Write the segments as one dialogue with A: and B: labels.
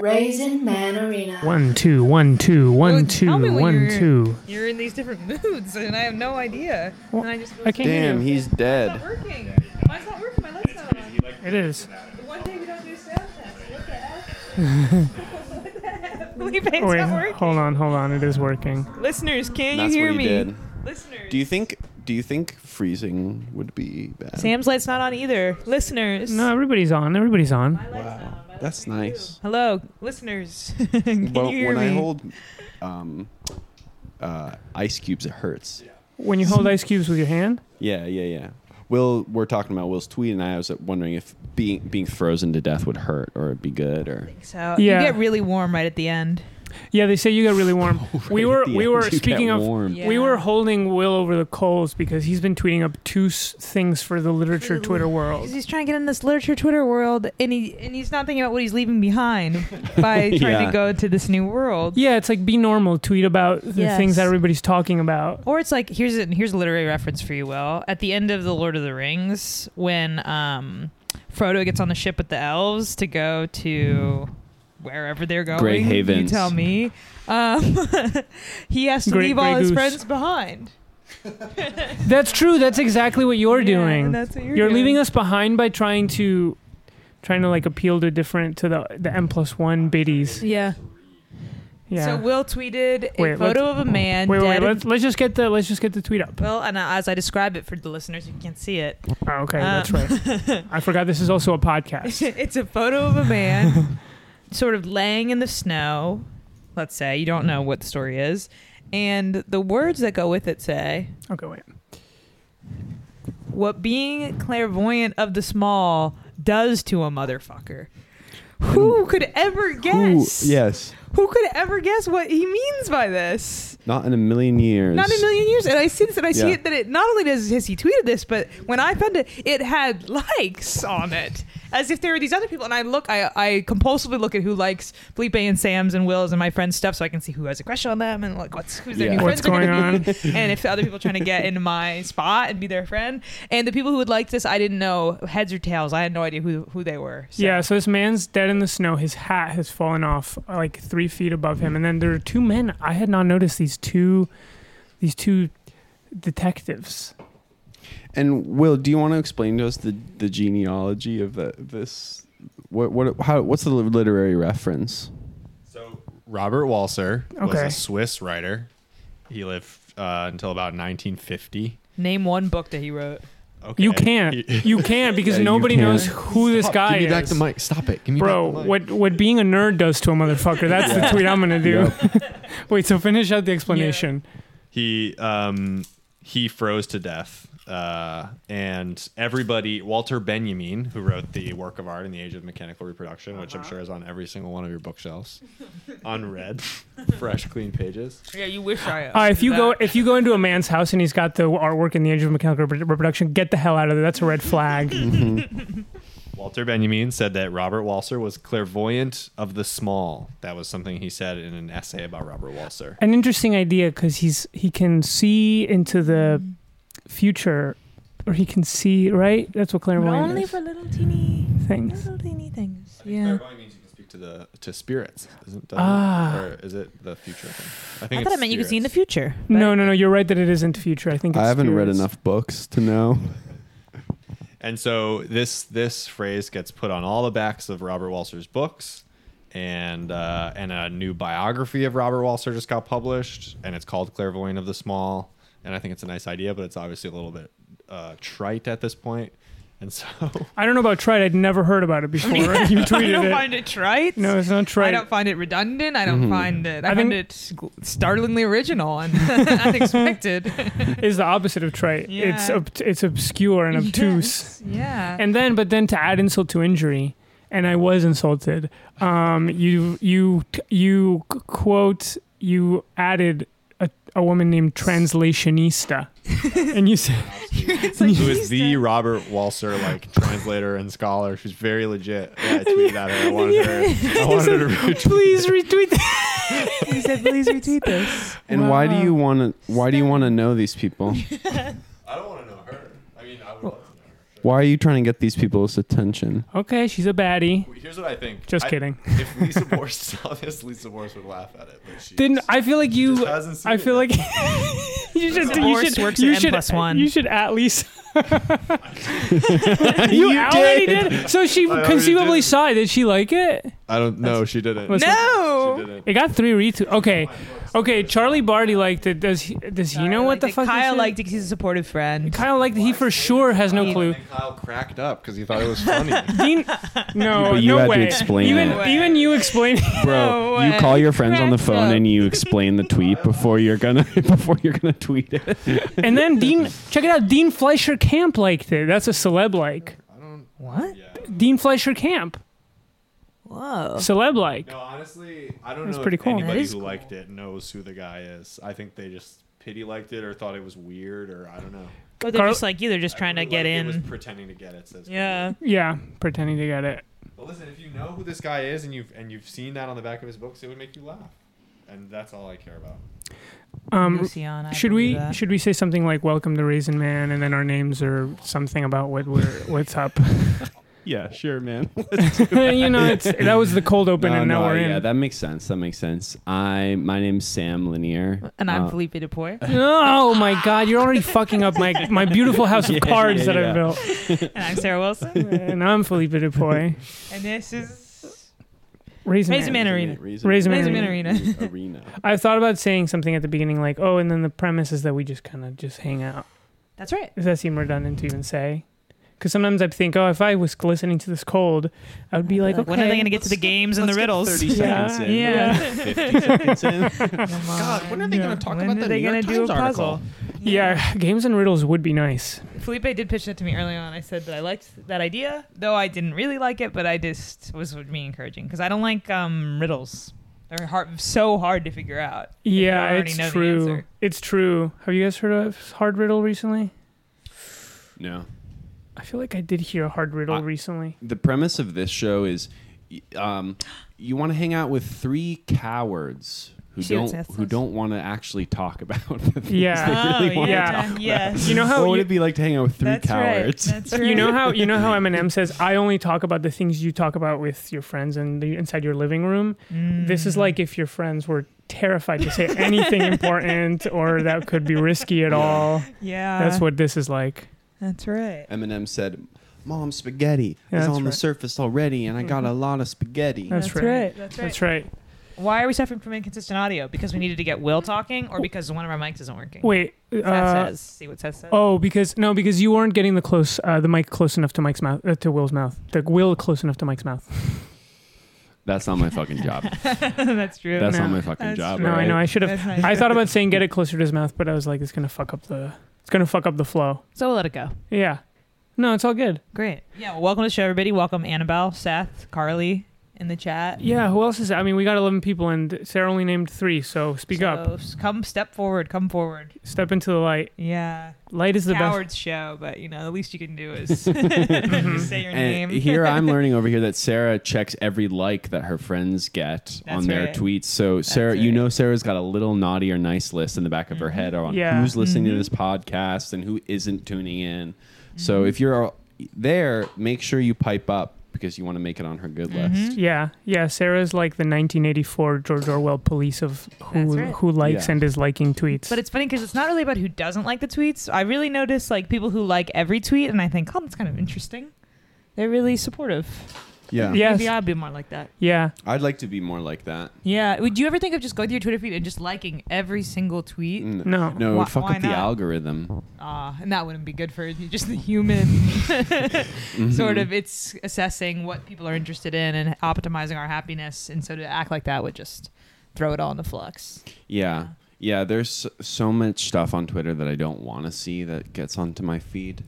A: Raisin Man Arena.
B: One, two, one, two, one,
C: Well, tell me
B: two,
C: when
B: one,
C: you're,
B: two.
C: You're in these different moods, and I have no idea.
B: Well,
C: and I just
B: I can't hear
D: Damn,
B: you.
D: he's
C: It's not
D: dead.
C: working. Mine's not working. My light's not on.
B: It is.
C: One day we don't do sound tests. What the heck? what the heck? Felipe, it's
B: Wait,
C: not working.
B: hold on, hold on. It is working.
C: Listeners, can
D: That's
C: you hear
D: what
C: me?
D: he did.
C: Listeners.
D: Do you think? Do you think freezing would be bad?
C: Sam's light's not on either. Listeners.
B: No, everybody's on. Everybody's on.
D: Wow, that's nice.
C: Hello, listeners. can
D: But
C: you hear
D: when
C: me?
D: I hold um, uh, ice cubes, it hurts.
B: When you hold ice cubes with your hand,
D: Yeah, yeah, yeah. Will, we're talking about Will's tweet, and I was wondering if being being frozen to death would hurt or it'd be good or.
C: so
B: Yeah.
C: you get really warm right at the end.
B: yeah, they say you got really warm. we
D: Right
B: were,
D: at the
B: we
D: end,
B: were
D: you get
B: speaking of.
D: warm.
C: Yeah.
B: We were holding Will over the coals because he's been tweeting up two s- things for the literature Twitter world.
C: Because he's trying to get in this literature Twitter world, and he and he's not thinking about what he's leaving behind by trying
D: Yeah.
C: to go to this new world.
B: Yeah, it's like be normal. Tweet about the
C: Yes.
B: things that everybody's talking about.
C: Or it's like here's a, here's a literary reference for you, Will. At the end of the Lord of the Rings, when um, Frodo gets on the ship with the elves to go to wherever they're going,
D: Grey
C: You
D: Havens.
C: tell me. Um, he has to
B: Grey-
C: leave all
B: Grey
C: his
B: Goose.
C: friends behind.
B: That's true. That's exactly what you're
C: Yeah,
B: doing.
C: and that's what you're,
B: you're leaving
C: doing.
B: us behind by trying to trying to like appeal to different to the the M plus one biddies.
C: Yeah.
B: Yeah.
C: So Will tweeted a
B: Wait,
C: photo of a man
B: wait, wait,
C: dead.
B: wait.
C: in-
B: Let's, let's just get the let's just get the tweet up.
C: Well, and as I describe it for the listeners, you can't see it.
B: Oh, okay,
C: Uh,
B: that's right. I forgot this is also a podcast.
C: it's a photo of a man sort of laying in the snow, let's say. You don't know what the story is. And the words that go with it say,
B: Okay, wait.
C: What being clairvoyant of the small does to a motherfucker. Who could ever guess?
D: yes.
C: Who could ever guess what he means by this?
D: Not in a million years.
C: Not in a million years. And I see this and I see
D: Yeah.
C: it that it not only does has he tweeted this, but when I found it, it had likes on it. As if there were these other people. And I look, I, I compulsively look at who likes Felipe and Sam's and Will's and my friend's stuff so I can see who has a crush on them and like what's who's their
D: Yeah.
C: new
B: What's
C: friends are
B: going
C: gonna
B: on?
C: be. and if other people are trying to get into my spot and be their friend. And the people who would like this, I didn't know heads or tails. I had no idea who who they were. So.
B: Yeah, so this man's dead in the snow. His hat has fallen off uh, like three feet above him, and then there are two men. I had not noticed these two, these two detectives.
D: And Will, do you want to explain to us the, the genealogy of the, this? What what how what's the literary reference?
E: So Robert Walser was
B: Okay.
E: a Swiss writer. He lived uh, until about 1950.
C: Name one book that he wrote.
E: Okay.
B: You can't,
E: He-
B: you can't, because
D: Yeah, you
B: nobody
D: can't.
B: knows who this
E: Stop,
B: guy
E: Give me
B: is.
E: back the mic. Stop it. Give me
B: Bro,
E: back the mic.
B: what what being a nerd does to a motherfucker? That's the tweet I'm gonna do. Wait, so finish out the explanation.
E: he um he froze to death uh and everybody walter benjamin who wrote the work of art in the age of mechanical reproduction which i'm sure is on every single one of your bookshelves unread fresh clean pages
C: Yeah, you wish I
B: Uh, if you go if you go into a man's house and he's got the artwork in the Age of Mechanical Reprodu- Reproduction, get the hell out of there. That's a red flag.
E: walter benjamin said that robert walser was clairvoyant of the small that was something he said in an essay about robert walser
B: An interesting idea because he's he can see into the future, or he can see right. That's what
C: But
B: clairvoyant
C: only
B: is.
C: for little teeny
B: Things.
C: little teeny things. Yeah.
E: Clairvoyant means you can speak to the to spirits, isn't doesn't it?
B: Ah.
E: Or is it the future thing?
C: I
E: think
C: thought
E: it's
C: it meant you could see in the
E: spirits.
C: future.
B: No, no, no. You're right that it isn't future. I think it's
D: I haven't read
B: spirits.
D: enough books to know.
E: And so this this phrase gets put on all the backs of Robert Walser's books, and uh, and a new biography of Robert Walser just got published, and it's called Clairvoyant of the Small. And I think it's a nice idea, but it's obviously a little bit uh, trite at this point. And so
B: I don't know about tried. I'd never heard about it before. you
C: I
B: tweeted
C: don't
B: it.
C: find it trite.
B: no, it's not
C: I
B: tried.
C: don't find it redundant. I don't find it. I,
B: I
C: find
B: think-
C: it gl- startlingly original and unexpected.
B: Is the opposite of trite. It's
C: Yeah.
B: ob- it's obscure and obtuse.
C: Yes, Yeah.
B: And then, but then to add insult to injury, and I was insulted. Um, you you you c- quote you added a, a woman named translationista, and you said
E: who is the Robert Walser like translator and scholar? She's very legit. Yeah, I tweeted at her. I wanted her. I wanted her to retweet.
B: please retweet. That.
C: he said, "Please retweet this."
D: And why do you want to why do you want to know these people?
E: I don't want to know her. I mean, I would love to know her.
D: Why are you trying to get these people's attention?
B: Okay, she's a baddie.
E: Here's what I think.
B: Just
E: I-
B: kidding.
E: If Lisa Bourse saw this, Lisa Bourse would laugh at it. But she
B: Didn't I feel like you?
E: just hasn't seen
B: I
E: it
B: feel
E: yet.
B: like you should. You
C: Morse
B: should.
C: works
B: you
C: at N
B: should.
C: plus one.
B: You should at least. you, already did. So she
E: already
B: conceivably
E: did.
B: saw it. Did she like it?
E: I don't know. She didn't.
B: Listen.
C: No!
E: She didn't.
B: It got three retweets. Okay, okay. Charlie Barty liked it. Does he? Does he know what the fuck? this
C: Kyle
B: is?
C: liked it 'cause he's a supportive friend.
B: Kyle liked it. He for sure has no clue.
E: And then Kyle cracked up because he thought it was funny.
B: Dean, no,
D: But you
B: no
D: had to
B: way.
D: explain
B: even
D: it.
B: even you explain.
D: Bro,
C: No
D: you
C: way.
D: call your friends on the
C: Cracked
D: phone
C: up.
D: and you explain the tweet before you're gonna before you're gonna tweet it.
B: and then Dean, check it out. Dean Fleischer Camp liked it. That's a celeb like.
C: What?
E: yeah.
B: Dean Fleischer Camp,
C: Whoa.
B: celeb like.
E: No, honestly, I don't
B: That's
E: know
B: pretty
E: if
B: cool. That
E: anybody
C: is
E: who liked it knows who the guy is. I think they just pity liked it or thought it was weird or I don't know.
C: But
B: Carl-
C: they're just like you. They're just trying
E: I
C: to
E: really
C: get
E: liked It
C: in.
E: was pretending to get it. Says
C: Yeah.
B: Yeah, pretending to get it.
E: But listen, if you know who this guy is and you've and you've seen that on the back of his books, it would make you laugh, and that's all I care about.
B: Um,
C: Luciana, I
B: should
C: believe
B: we
C: that.
B: should we say something like "Welcome to Raisin Man" and then our names or something about what we're what's up?
D: Yeah, sure, man. Uh,
B: you know, it's that was the cold open, and now we're in.
D: yeah, that makes sense. That makes sense. I my name's Sam Lanier.
C: And I'm
D: Uh,
C: Felipe Depoy.
B: Oh my God! You're already fucking up my my beautiful house of
D: Yeah,
B: cards
D: yeah,
B: that
D: yeah.
B: I built.
C: and I'm Sarah Wilson.
B: And I'm Felipe Dupoy.
C: and this is
B: Raisin,
C: Raisin Man Arena.
D: Raisin
B: Raisin
D: Man
B: Man
C: Arena.
D: Arena.
B: I thought about saying something at the beginning, like, "Oh," and then the premise is that we just kind of just hang out.
C: That's right.
B: Does that seem redundant to even say? Because sometimes I think, "Oh, if I was listening to this cold, I would be like, okay,
C: When are they going to get to the games and the riddles?
D: Thirty
B: Yeah,
D: seconds in.
B: yeah.
D: 50 seconds in.
C: God,
E: when are they
B: gonna
E: talk
C: when are they going to do a puzzle?
B: yeah, games and riddles would be nice."
C: Felipe did pitch that to me early on. I said that I liked that idea, though I didn't really like it, but I just was me encouraging because I don't like um, riddles. They're hard, so hard to figure out.
B: Yeah,
C: already
B: it's
C: know the
B: true.
C: answer.
B: It's true. Have you guys heard of hard riddle recently?
D: No.
B: I feel like I did hear a hard riddle
D: I-
B: recently.
D: The premise of this show is y- um, you want to hang out with three cowards who
C: See what
D: don't
C: Seth
D: who
C: says?
D: don't want to actually talk about the things
B: Yeah.
D: they really want
B: yeah.
D: to talk
C: Oh, yeah, yes.
B: You know how
D: What would
B: you-
D: it be like to hang out with three
C: That's
D: cowards?
C: right. That's right.
B: You know how you know how Eminem says, "I only talk about the things you talk about with your friends and the, inside your living room." This is
C: Mm.
B: like if your friends were terrified to say anything important or that could be risky at all.
C: Yeah,
B: That's what this is like.
C: That's right.
D: Eminem said, "Mom, spaghetti
B: Yeah,
D: is
B: that's
D: on the
B: right.
D: surface already, and I got a lot of spaghetti."
B: That's right.
C: That's right.
B: That's right.
C: Why are we suffering from inconsistent audio? Because we needed to get Will talking, or because one of our mics isn't working?
B: Wait.
C: Seth
B: Uh,
C: says. uh, See what Seth says.
B: oh, because no, because you weren't getting the close uh, the mic close enough to Mike's mouth uh, to Will's mouth. The Will close enough to Mike's mouth.
D: That's not my fucking job.
C: that's true.
D: That's
B: No.
D: not my fucking
C: That's
D: job.
B: No, I know. I should have.
C: That's nice.
B: I thought about saying get it closer to his mouth, but I was like, it's gonna fuck up the. It's gonna fuck up the flow.
C: so we'll let it go.
B: Yeah. No, it's all good.
C: Great. Yeah. Well, welcome to the show, everybody. Welcome Annabelle, Seth, Carly in the chat.
B: Yeah. Who else is? I mean, we got eleven people, and Sarah only named three. So speak up.
C: So, s- Come step forward. Come forward.
B: Step into the light.
C: Yeah.
B: Light is the best.
C: Cowards show, but you know the least you can do is just say your name.
D: And here I'm learning over here that Sarah checks every like that her friends get on their
C: right.
D: tweets. So Sarah, you
C: right.
D: know Sarah's got a little naughty or nice list in the back of her head on
B: Yeah.
D: who's listening
C: Mm-hmm.
D: to this podcast and who isn't tuning in.
C: Mm-hmm.
D: So if you're there, make sure you pipe up because you want to make it on her good
C: Mm-hmm.
D: list.
B: Yeah. Yeah. Sarah's like the 1984 George Orwell police of who
C: That's right.
B: who likes
D: Yeah.
B: and is liking tweets.
C: But it's funny because it's not really about who doesn't like the tweets. I really notice like people who like every tweet, and I think, oh, that's kind of interesting. They're really supportive.
D: Yeah.
B: yes.
C: Maybe I'd be more like that.
B: yeah.
D: I'd like to be more like that.
C: Yeah. Would you ever think of just going through your Twitter feed and just liking every single tweet?
D: Mm.
B: No.
D: No, it would
C: Why-
D: fuck
C: why
D: up the
C: not?
D: algorithm.
C: Ah, and that wouldn't be good for you, just the human sort of. It's assessing what people are interested in and optimizing our happiness, and so to act like that would just throw it all into flux.
D: Yeah. Yeah, there's s- so much stuff on Twitter that I don't want to see that gets onto my feed.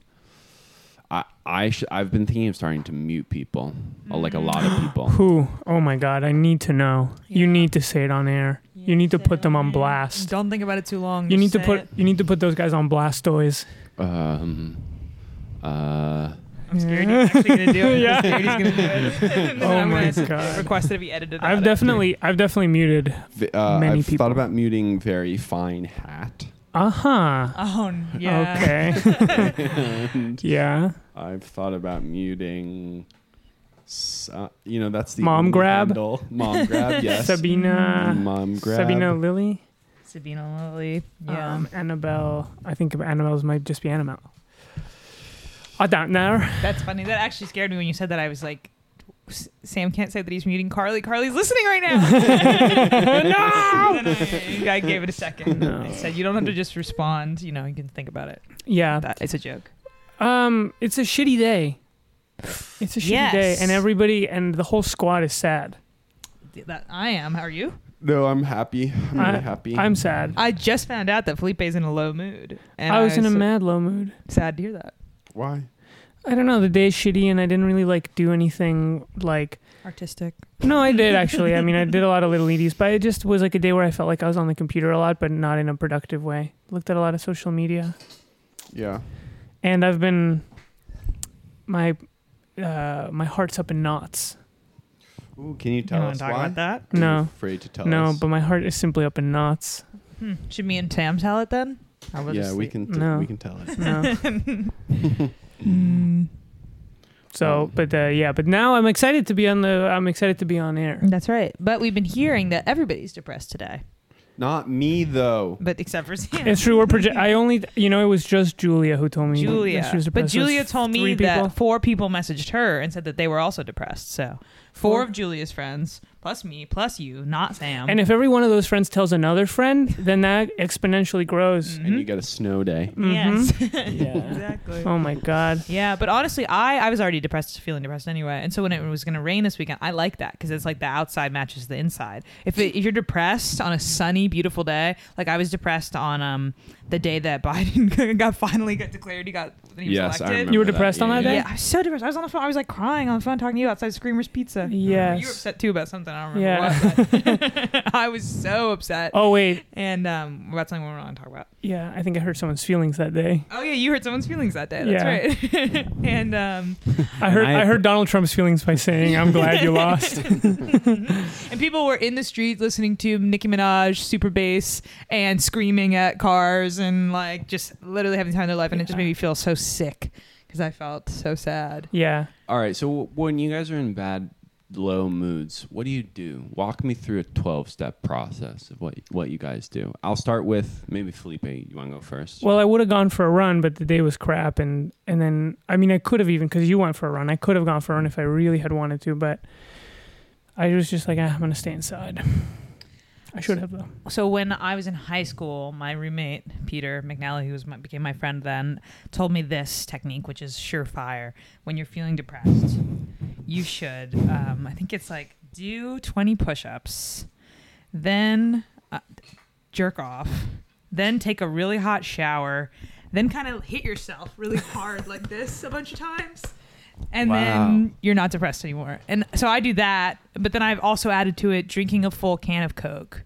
D: I I sh- I've been thinking of starting to mute people, uh, like a lot of people.
B: Who? Oh my God! I need to know. You
C: Yeah.
B: need to say it on air. You need to put them on blast.
C: Don't think about it too long.
B: You need
C: just
B: to
C: say
B: put
C: it.
B: you need to put those guys on blast toys.
D: Um, uh,
C: I'm scared he's actually gonna do it.
B: Yeah.
C: I'm scared he's gonna do it. And then
B: Oh
C: I'm
B: my
C: gonna
B: God.
C: Request that it be edited. out
B: I've
C: of-
B: definitely I've definitely muted
D: vi- uh,
B: Many
D: I've
B: people.
D: thought about muting very fine hat.
B: Uh huh.
C: Oh, yeah.
B: Okay. yeah.
D: I've thought about muting. s- uh, you know, that's the
B: Mom
D: only
B: grab? uh,
D: handle. Mom grab. Yes.
B: Sabina.
D: Mom Mm, grab.
B: Sabina Lily.
C: Sabina Lily. Yeah.
B: Um, Annabelle. I think Annabelle's might just be Annabelle. I don't know.
C: That's funny. That actually scared me when you said that. I was like, S- Sam can't say that he's muting Carly. Carly's listening right now. no! I gave it a second.
B: No.
C: I said, you don't have to just respond. You know, you can think about it.
B: Yeah.
C: That, it's a joke.
B: Um, it's a shitty day. It's a shitty day,
C: Yes.
B: and everybody and the whole squad is sad.
C: That I am. How are you?
D: No, I'm happy. I'm
B: I-
D: really happy.
B: I'm sad.
C: I just found out that Felipe's in a low mood. And
B: I was in a
C: so
B: mad low mood.
C: sad to hear that.
D: Why?
B: I don't know. The day's shitty, and I didn't really like do anything like.
C: Artistic.
B: No, I did actually. I mean, I did a lot of little edies, but it just was like a day where I felt like I was on the computer a lot, but not in a productive way. Looked at a lot of social media,
D: Yeah.
B: and I've been my uh, my heart's up in knots.
D: Ooh, can you
C: You
D: tell
C: want
D: us
C: to talk
D: why?
C: about that?
D: Are you
B: No.
D: afraid to tell
B: no,
D: us.
B: but my heart is simply up in knots.
C: Hmm. Should me and Tam tell it then? I was
D: yeah, we
C: asleep.
D: can. T-
B: No.
D: We can tell it.
B: No.
C: Mm,
B: So, but uh, yeah, but now I'm excited to be on the. I'm excited to be on air.
C: that's right. But we've been hearing that everybody's depressed today,
D: Not me though.
C: but except for Sam.
B: It's true. We're proje- I only, you know, it was just Julia who told me. that
C: Julia.
B: she was
C: but
B: depressed. It was
C: Julia told me
B: three people.
C: that four people messaged her and said that they were also depressed. So four
B: Four.
C: of Julia's friends, plus me, plus you, not Sam.
B: And if every one of those friends tells another friend, then that exponentially grows.
D: And you got a snow day.
C: yes,
B: Yeah.
C: exactly.
B: mm-hmm. Oh my god.
C: Yeah, but honestly, I I was already depressed, feeling depressed anyway. And so when it was going to rain this weekend, I like that because it's like the outside matches the inside. If, it, if you're depressed on a sunny, beautiful day, like I was depressed on um the day that Biden got finally got declared, he got he was
D: Yes, I
C: elected.
D: remember.
B: You were
D: that.
B: depressed on
D: Yeah,
B: that
D: yeah,
B: day?
D: yeah.
C: Yeah, I was so depressed. I was on the phone. I was like crying on the phone talking to you outside Screamers Pizza. You were
B: Yes.
C: upset too about something. I don't remember
B: Yeah.
C: what. but I was so upset.
B: Oh wait.
C: And um, about something we're not going to talk about.
B: Yeah, I think I hurt someone's feelings that day.
C: Oh, yeah, you hurt someone's feelings that day. That's right. and um,
B: I heard
D: I-
B: I, heard Donald Trump's feelings by saying, "I'm glad you lost."
C: and people were in the street listening to Nicki Minaj, Super Bass, and screaming at cars and like just literally having the time of their life. And it just
B: Yeah.
C: made me feel so sick because I felt so sad.
B: yeah.
D: All right. So when you guys are in bad, low moods, what do you do? Walk me through a twelve-step process of what what you guys do. I'll start with maybe Felipe. You want to go first?
B: Well, I would have gone for a run, but the day was crap, and and then I mean I could have even because you went for a run, I could have gone for a run if I really had wanted to, but I was just like, ah, I'm gonna stay inside. I should have though.
C: so when I was in high school, my roommate Peter McNally, who was my, became my friend then, told me this technique, which is surefire. When you're feeling depressed, you should. Um, I think it's like do 20 push-ups, then uh, jerk off, then take a really hot shower, then kind of hit yourself really hard like this a bunch of times. And
D: Wow.
C: then you're not depressed anymore. And so I do that, but then I've also added to it drinking a full can of Coke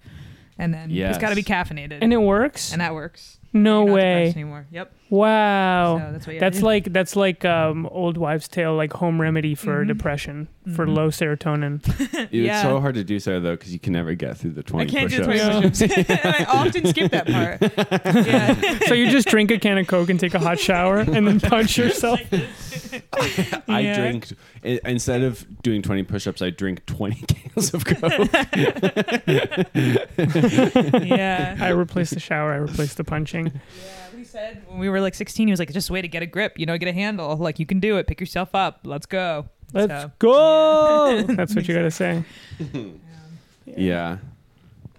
C: and then
D: Yes.
C: it's got to be caffeinated,
B: And it works.
C: and that works.
B: no
C: You're not depressed
B: way.
C: anymore. Yep.
B: Wow.
C: so that's what you
B: That's like that's like um, old wives' tale, like home remedy for
C: Mhm.
B: depression, for
C: Mhm.
B: low serotonin.
D: It's
C: yeah.
D: so hard to do so though because you can never get through the
C: I
D: twenty.
C: can't do
D: push-ups.
C: twenty push-ups, and I often skip that part. Yeah.
B: so you just drink a can of Coke and take a hot shower, and then punch yourself.
D: I
C: Yeah.
D: drink i- instead of doing 20 push-ups, I drink 20 cans of Coke.
C: yeah.
B: I replace the shower. I replace the punching.
C: He said when we were like 16, he was like, "Just way to get a grip, you know, get a handle. Like you can do it. Pick yourself up. Let's go."
B: Let's
C: So-
B: go. That's what you gotta say.
D: yeah.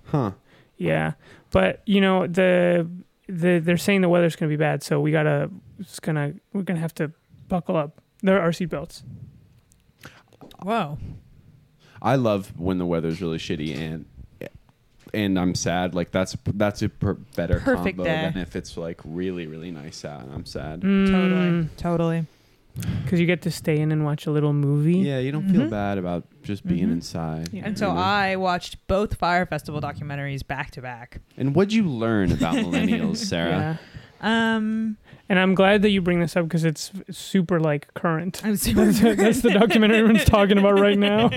D: Huh.
B: Yeah, but you know the the they're saying the weather's gonna be bad, so we gotta it's gonna we're gonna have to buckle up. There are seatbelts.
C: Whoa.
D: I love when the weather's really shitty and and I'm sad. Like that's that's a per- better
C: Perfect
D: combo
C: day.
D: than if it's like really really nice out and I'm sad.
C: Mm. Totally.
B: Mm.
C: Totally.
B: Because you get to stay in and watch a little
C: Mm-hmm.
B: movie.
D: Yeah, you don't feel bad about just being
C: Mhm.
D: inside.
B: Yeah.
C: And so
D: you know?
C: I watched both Fire Festival documentaries back to back.
D: And what'd you learn about millennials, Sarah?
B: Yeah.
C: Um,
B: And I'm glad that you bring this up because it's super like current.
C: I'm super.
B: That's, that's the documentary everyone's talking about right now.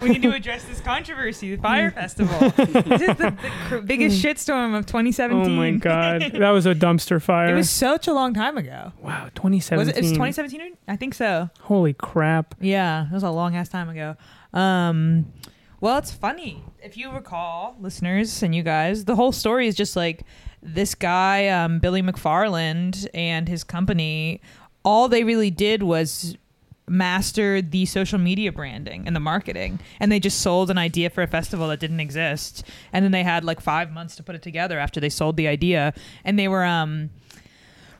C: we need to address this controversy. The Fire Festival. this is the, the cr- biggest shitstorm of 2017.
B: Hmm. Oh my god, that was a dumpster
C: It
B: fire.
C: was such a long time ago.
B: wow, 2017.
C: Was it? It's 2017. I think so.
B: Holy crap.
C: Yeah, that was a long ass time ago. Um, well, it's funny if you recall, listeners and you guys, the whole story is just like this guy, um, Billy McFarland, and his company. All they really did was master the social media branding and the marketing, and they just sold an idea for a festival that didn't exist. And then they had like five months to put it together after they sold the idea, and they were um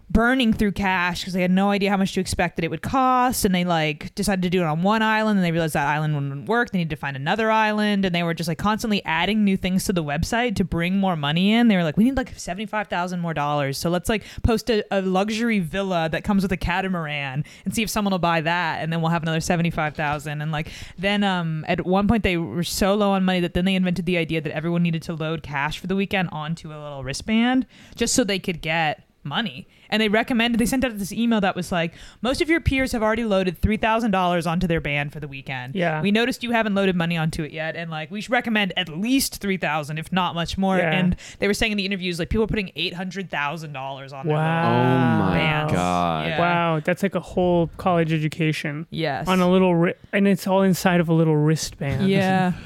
C: burning through cash because they had no idea how much to expect that it would cost and they like decided to do it on one island and they realized that island wouldn't work they needed to find another island and they were just like constantly adding new things to the website to bring more money in they were like we need like 75000 more dollars so let's like post a, a luxury villa that comes with a catamaran and see if someone will buy that and then we'll have another 75000 and like then um at one point they were so low on money that then they invented the idea that everyone needed to load cash for the weekend onto a little wristband just so they could get money. And they recommended, they sent out this email that was like, most of your peers have already loaded $3,000 onto their band for the weekend.
B: Yeah.
C: We noticed you haven't loaded money onto it yet. And like, we should recommend at least 3000 if not much more.
B: Yeah.
C: And they were saying in the interviews, like, people are putting $800,000 on their
B: Wow.
D: Oh
C: loan.
D: my
C: Bands.
D: god.
C: Ah, Yeah.
B: Wow, that's like a whole college education
C: Yes.
B: on a little ri- and it's all inside of a little wristband.
C: Yeah.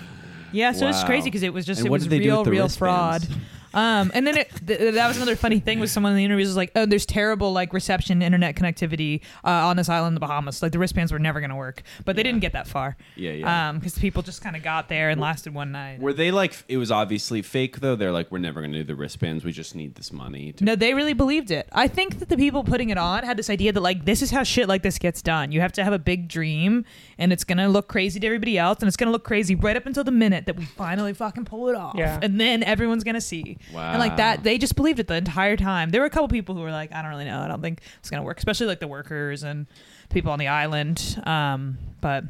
C: Yeah, so it's
D: Wow.
C: crazy because it was just
D: And
C: it
D: what
C: was
D: did they do
C: real,
D: with the
C: real fraud.
D: wristbands?
C: Um, and then it, th- that was another funny thing was someone in the interviews was like, "Oh, there's terrible like reception, internet connectivity uh, on this island, in the Bahamas. Like the wristbands were never gonna work." But they didn't get that far.
D: Yeah, yeah.
C: Um, because people just kind of got there and lasted one night.
D: Were they like it was obviously fake though? They're like, we're never gonna do the wristbands. We just need this money. To-
C: No, they really believed it. I think that the people putting it on had this idea that like this is how shit like this gets done. You have to have a big dream, and it's gonna look crazy to everybody else, and it's gonna look crazy right up until the minute that we finally fucking pull it off,
B: Yeah.
C: and then everyone's gonna see.
D: Wow.
C: And like
B: Um,
C: that, they just believed it the entire time. There were a couple people who were like, I don't really know, I don't think it's gonna work, especially like the workers and people on the island. Um, but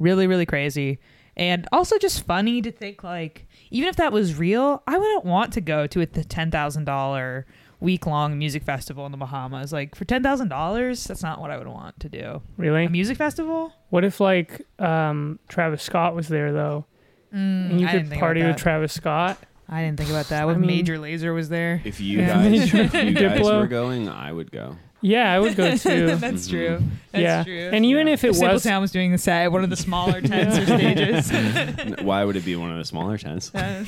C: really really crazy and also just funny to think like even if that was real i wouldn't want to go to a th- $10000 week-long music festival in the bahamas like for $10000 that's not what i would want to do a
B: Really?
C: music festival
B: What if like um, Travis Scott was there though? and Mm, you
C: Mm,
B: could
C: I didn't think about
B: party with
C: that.
B: Travis Scott.
C: i didn't think about that when
B: mean-
C: major laser was there
D: if you
B: Yeah.
D: guys, if you guys
B: Diplo.
D: were going, I would go.
B: Yeah, I would go too. Mm.
C: that's
D: Mhm.
C: true that's
B: yeah,
C: true
B: and even if it
C: Simple
B: was
C: Town was doing the set, one of the smaller tents or stages.
D: N- Why would it be one of the smaller tents?
C: You're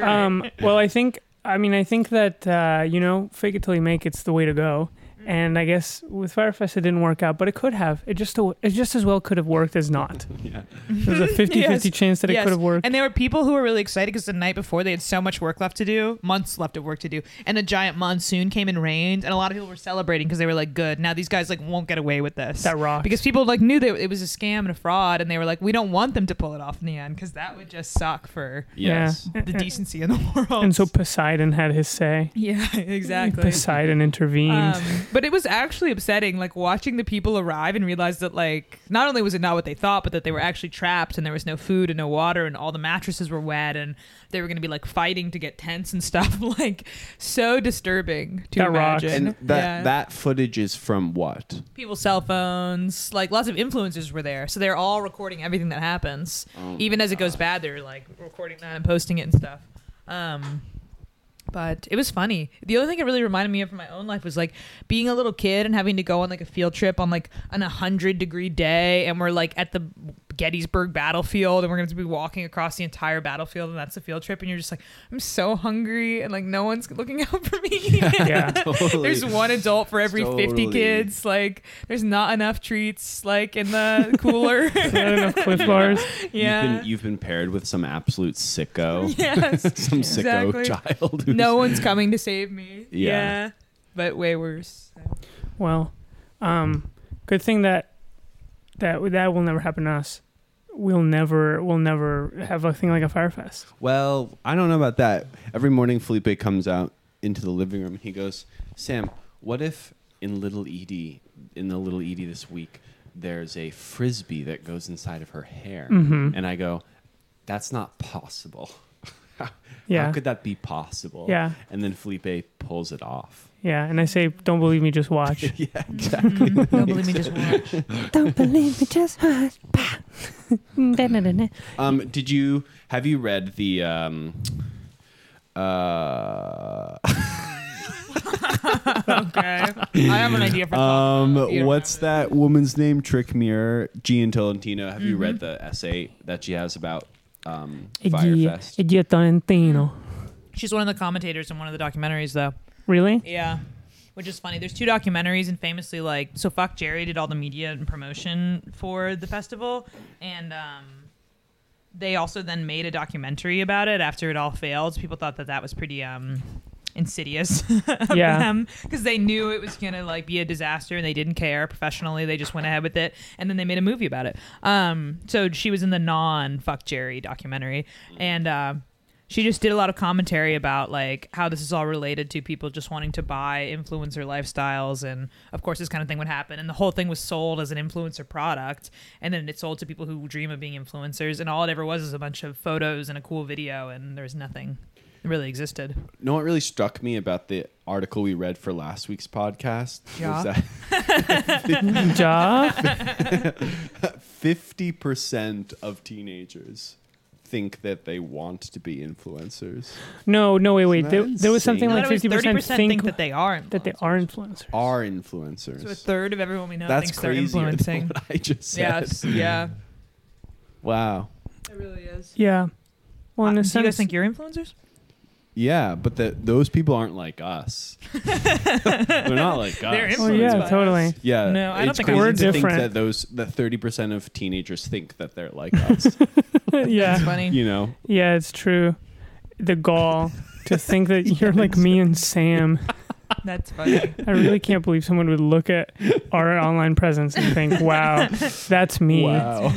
C: right.
B: um, well, I think I mean I think that uh, you know, fake it till you make it's the way to go.
C: Mm-hmm.
B: And I guess with Firefest it didn't work out, but it could have. It just it just as well could have worked as not.
D: yeah.
B: There's a 50-50
C: Yes.
B: chance that it
C: Yes.
B: could have worked.
C: And there were people who were really excited because the night before they had so much work left to do, months left of work to do, and a giant monsoon came and rained, and a lot of people were celebrating because they were like, "Good, now these guys like won't get away with this."
B: that rocked.
C: because people like knew that it was a scam and a fraud, and they were like, "We don't want them to pull it off in the end because that would just suck for
D: Yes.
B: yeah.
C: the decency in the world."
B: And so Poseidon had his say.
C: yeah, exactly.
B: Poseidon intervened.
C: Um, but it was actually upsetting, like watching the people arrive and realize that, like, not only was it not what they thought, but that they were actually trapped and there was no food and no water and all the mattresses were wet and they were going to be like fighting to get tents and stuff. Like, so disturbing to
B: That rocks.
C: imagine.
D: And that
C: Yeah.
D: that footage is from what?
C: People's cell phones, like, lots of influencers were there, so they're all recording everything that happens.
D: Oh
C: Even
D: my
C: as it goes
D: God.
C: bad, they're like recording that and posting it and stuff. Um, but it was funny. The other thing it really reminded me of from my own life was like being a little kid and having to go on like a field trip on like an 100 degree day and we're like at the Gettysburg battlefield and we're going to be walking across the entire battlefield and that's the field trip and you're just like I'm so hungry and like no one's looking out for me.
B: yeah.
D: Totally.
C: There's one adult for every 50
D: Totally.
C: kids. Like, there's not enough treats, like, in the cooler.
B: Not enough cliff bars.
C: yeah.
D: You've been, you've been paired with some absolute sicko.
C: yes.
D: Some sicko
C: Exactly.
D: child. who's-
C: No one's coming to save me.
D: Yeah.
C: But way worse.
B: Well, um, good thing that that that will never happen to us. We'll never we'll never have a thing like a firefest.
D: Well, I don't know about that. Every morning, Felipe comes out into the living room. He goes, Sam, what if in Little Edie, in the Little Edie this week, there's a
C: Mm-hmm.
D: frisbee that goes inside of her hair? And I go, that's not possible.
B: Yeah.
D: How could that be possible?
B: Yeah.
D: And then Felipe pulls it off.
B: Yeah, and I say, don't believe me, just watch.
D: yeah.
C: Don't believe me, just watch.
A: Don't believe me, just hush. Bah. Da-na-na-na.
D: Um, did you have you read the um uh
C: Okay. I have an idea for
D: um
C: You don't
D: what's that woman's name trick mirror Gian Tolentino have you
C: Mm-hmm.
D: read the essay that she has about um Firefest
B: Iggy- Iggy Tarantino.
C: She's one of the commentators in one of the documentaries, though.
B: Really?
C: Yeah. Which is funny. There's two documentaries, and famously, like, so Fuck Jerry did all the media and promotion for the festival. And um, they also then made a documentary about it after it all failed. People thought that that was pretty um, insidious of
B: Yeah.
C: them because they knew it was going to, like, be a disaster and they didn't care professionally. They just went ahead with it. And then they made a movie about it. Um, so she was in the non Fuck Jerry documentary. And. Uh, she just did a lot of commentary about like how this is all related to people just wanting to buy influencer lifestyles and of course this kind of thing would happen and the whole thing was sold as an influencer product and then it sold to people who dream of being influencers and all it ever was is a bunch of photos and a cool video and there was nothing that really existed
D: No, what really struck me about the article we read for last week's podcast
C: Yeah.
D: was that
B: Ja?
D: 50% of teenagers think that they want to be influencers
B: No, no, wait, wait.
D: Isn't
B: There,
D: that
B: there was something
D: insane?
B: like
C: Not always
B: 50%
C: 30% think,
B: think
C: that they are
B: that they
C: influencers.
B: are influencers.
D: are influencers
C: so a third of everyone we know
D: that's
C: thinks they're
D: crazier
C: influencing
D: than what i just said
C: yes yeah
D: wow
C: it really is
B: Yeah. Well, in a
C: Uh, do
B: sense,
C: you guys think you're influencers
D: Yeah, but the, those people aren't like us. They're not like us.
C: They're
B: Oh,
C: influenced
B: yeah,
C: by us.
B: totally.
D: yeah,
C: No, I don't
D: it's
C: think
D: crazy
B: we're
D: to
B: different.
D: think that those that thirty percent of teenagers think that they're like us.
C: it's
B: yeah.
C: funny
D: you know,
B: Yeah, it's true. The gall to think that you're like me and Sam.
C: that's funny
B: I really can't believe someone would look at our online presence and think, wow, that's me.
D: wow,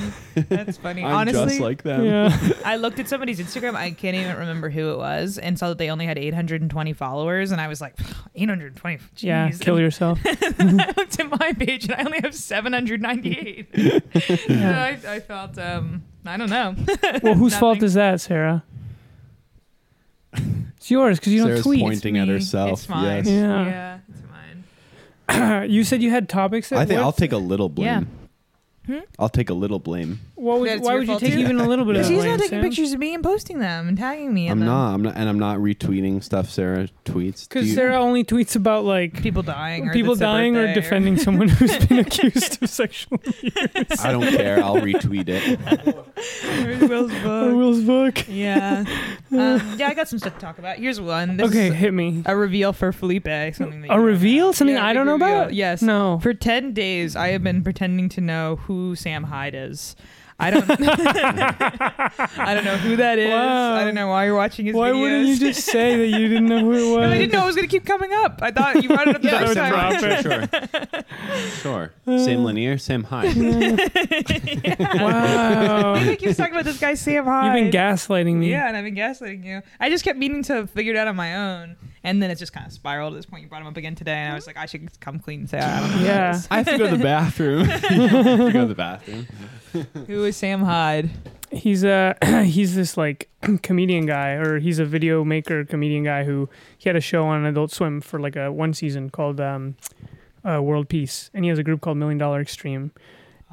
C: that's funny
D: I'm
C: honestly
D: just like them.
B: Yeah.
C: I looked at somebody's Instagram. I can't even remember who it was, and saw that they only had 820 followers, and I was like, 820. Jeez.
B: Yeah. Kill yourself.
C: And I looked at my page, and I only have 798. yeah. I, I felt, um, I don't know.
B: Well, whose fault
C: Nothing.
B: is that, Sarah? It's yours because you don't
D: Sarah's
B: tweet.
D: pointing at
C: me.
D: herself.
C: It's mine.
D: Yes.
B: Yeah.
C: yeah, it's mine.
B: you said you had topics. That
D: I think
B: what,
D: I'll take a little blame.
C: Yeah. Hmm?
D: I'll take a little blame.
B: what would-
C: That it's
B: why
C: your
B: would you
C: fault
B: take
C: too?
B: even a little bit of
C: Because
B: blame?
C: he's not taking
B: Sam?
C: pictures of me and posting them and tagging me. in
D: I'm
C: them.
D: not. I'm not, and I'm not retweeting stuff Sarah tweets. Do
B: Because
D: you-
B: Sarah only tweets about like
C: People dying. Or
B: people
C: that's their
B: dying or
C: birthday
B: defending someone who's been accused of sexual
D: I don't care. I'll retweet it.
C: or Will's
B: or
C: book.
B: Will's book.
C: Yeah. Um, yeah, I got some stuff to talk about. Here's one. This
B: Okay,
C: is
B: hit me.
C: a reveal for Felipe. Something that you
B: A
C: don't
B: reveal? Something
C: Yeah,
B: I
C: big
B: don't know
C: reveal.
B: about?
C: Yes.
B: No.
C: For 10 days, I have been pretending to know who Sam Hyde is. I don't. I don't know who that is.
B: Wow.
C: I don't know why you're watching his
B: Why
C: videos.
B: wouldn't you just say that you didn't know who it was?
C: I didn't know it was gonna keep coming up. I thought you brought it up the
B: Yeah,
C: last
B: would
C: time.
B: drop
D: sure, sure, sure. Sure.
B: Uh,
D: Same linear, same height.
B: Wow.
C: I
B: You've
C: think you was talking about this guy Sam
B: been
C: Hyde.
B: gaslighting me.
C: Yeah, and I've been gaslighting you. I just kept meaning to figure it out on my own, and then it just kind of spiraled. At this point, you brought him up again today, and I was like, I should come clean and say, I don't know who
B: Yeah.
C: that is.
D: I have to go to the bathroom. I have to go to the bathroom.
C: Who is Sam Hyde?
B: He's a he's this like comedian guy or he's a video maker comedian guy who he had a show on Adult Swim for like a one season called um, uh, World Peace and he has a group called Million Dollar Extreme.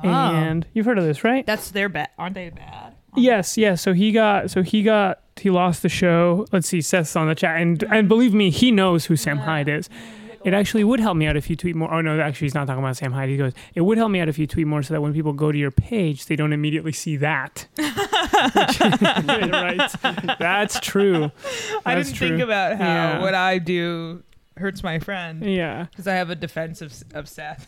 B: And you've heard of this, right?
C: That's their bad. Aren't they bad?
B: Yes, yes. So he got so he got he lost the show. Let's see, Seth's on the chat and and believe me, he knows who Sam Hyde is. It actually would help me out if you tweet more. Oh no, actually he's not talking about Sam Hyde. He goes, it would help me out if you tweet more so that when people go to your page, they don't immediately see that. right. That's true.
C: I
B: That's
C: didn't
B: true.
C: think about how
B: Yeah.
C: what I do hurts my friend
B: Yeah.
C: because I have a defense of, of Seth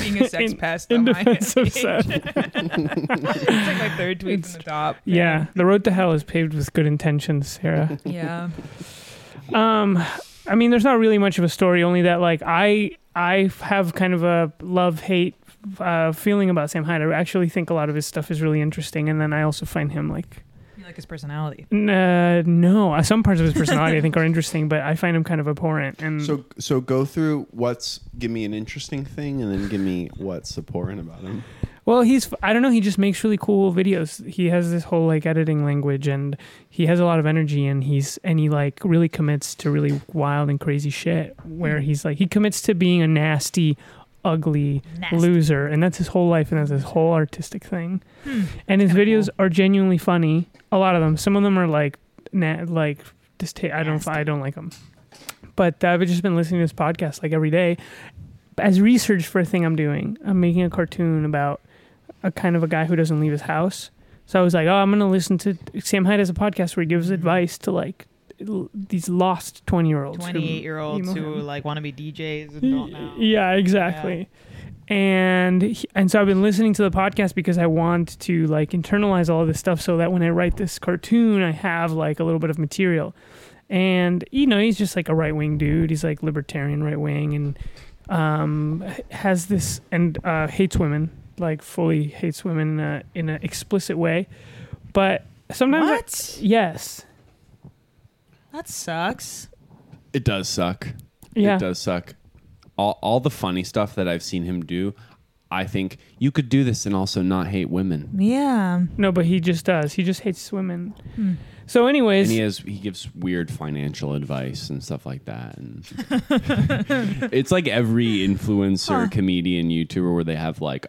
C: being a sex
B: In-
C: pest.
B: in
C: on my
B: defense of
C: page.
B: Seth.
C: it's like my third tweet from the top.
B: Yeah. The road to hell is paved with good intentions, Sarah.
C: Yeah.
B: Um, I mean, there's not really much of a story, only that like I I have kind of a love hate uh, feeling about Sam Hyde. I actually think a lot of his stuff is really interesting, and then I also find him like
C: You like his personality.
B: N- Uh, no, Uh, some parts of his personality I think are interesting, but I find him kind of abhorrent. And
D: So so go through what's give me an interesting thing and then give me what's abhorrent about him.
B: well, he's I don't know. He just makes really cool videos. He has this whole like editing language, and he has a lot of energy, and he's and he like really commits to really wild and crazy shit. Where he's like he commits to being a nasty, ugly
C: Nasty.
B: loser, and that's his whole life, and that's his whole artistic thing. and his
C: Kinda
B: videos are genuinely funny. A lot of them. Some of them are like, na- like dista- I don't, I don't like them. But I've just been listening to this podcast like every day, as research for a thing I'm doing. I'm making a cartoon about a kind of a guy who doesn't leave his house. So I was like, oh, I'm gonna listen to Sam Hyde has a podcast where he gives advice to like l- these lost twenty year olds.
C: Twenty-eight year olds who like want to be DJs and don't know.
B: Yeah, exactly. And he- and so I've been listening to the podcast because I want to like internalize all this stuff so that when I write this cartoon, I have like a little bit of material. And you know, he's just like a right wing dude. He's like libertarian right wing, and um, has this and uh, hates women like fully hates women uh, in an explicit way. But sometimes, I-
C: What?
B: yes,
C: That sucks.
D: It does suck.
B: yeah,
D: It does suck. All all the funny stuff that I've seen him do, I think you could do this and also not hate women.
C: Yeah.
B: no, but he just does. He just hates women.
C: Hmm.
B: So, anyways,
D: And he has he gives weird financial advice and stuff like that. And it's like every influencer, comedian, YouTuber where they have like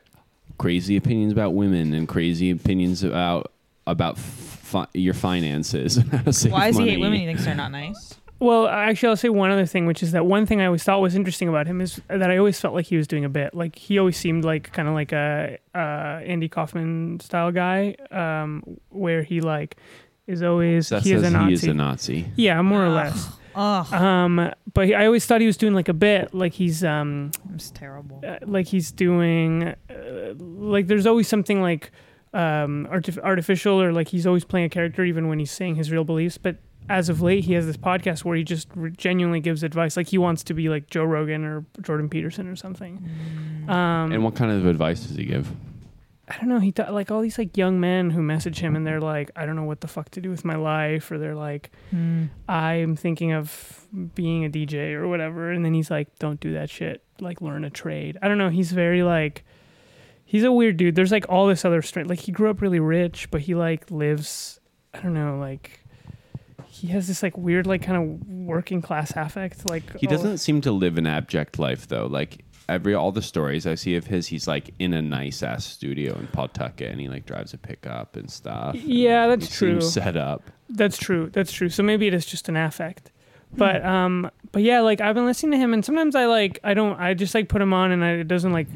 D: crazy opinions about women and crazy opinions about about fi- your finances. and how to save
C: Why does he hate
D: money.
C: women? He thinks they're not nice.
B: Well, actually, I'll say one other thing, which is that one thing I always thought was interesting about him is that I always felt like he was doing a bit. Like he always seemed like kind of like a uh, Andy Kaufman style guy, um, where he like is always
D: Seth
B: he is
D: says
B: a Nazi.
D: he is a Nazi.
B: yeah, more or
C: Ugh.
B: less.
C: Ugh,
B: Um, but I always thought he was doing like a bit, like he's um,
C: it's terrible.
B: uh, like he's doing uh, like there's always something like um artif- artificial or like he's always playing a character even when he's saying his real beliefs but as of late he has this podcast where he just re- genuinely gives advice like he wants to be like joe rogan or jordan peterson or something um
D: And what kind of advice does he give?
B: I don't know. He thought like all these like young men who message him and they're like, I don't know what the fuck to do with my life, or they're like,
C: Hmm.
B: I'm thinking of being a DJ or whatever. And then he's like, Don't do that shit. Like learn a trade. I don't know. He's very like, he's a weird dude. There's like all this other strength. Like he grew up really rich, but he like lives. I don't know. Like he has this like weird like kind of working class affect. Like
D: He
B: oh,
D: doesn't seem to live an abject life though. Like every all the stories I see of his, he's like in a nice ass studio in Pawtucket, and he like drives a pickup and stuff. and
B: Yeah, that's
D: uh, he seems
B: true.
D: set up.
B: That's true. That's true. So maybe it is just an affect.
C: Hmm.
B: But um but yeah, like I've been listening to him and sometimes I like I don't I just like put him on and I, it doesn't like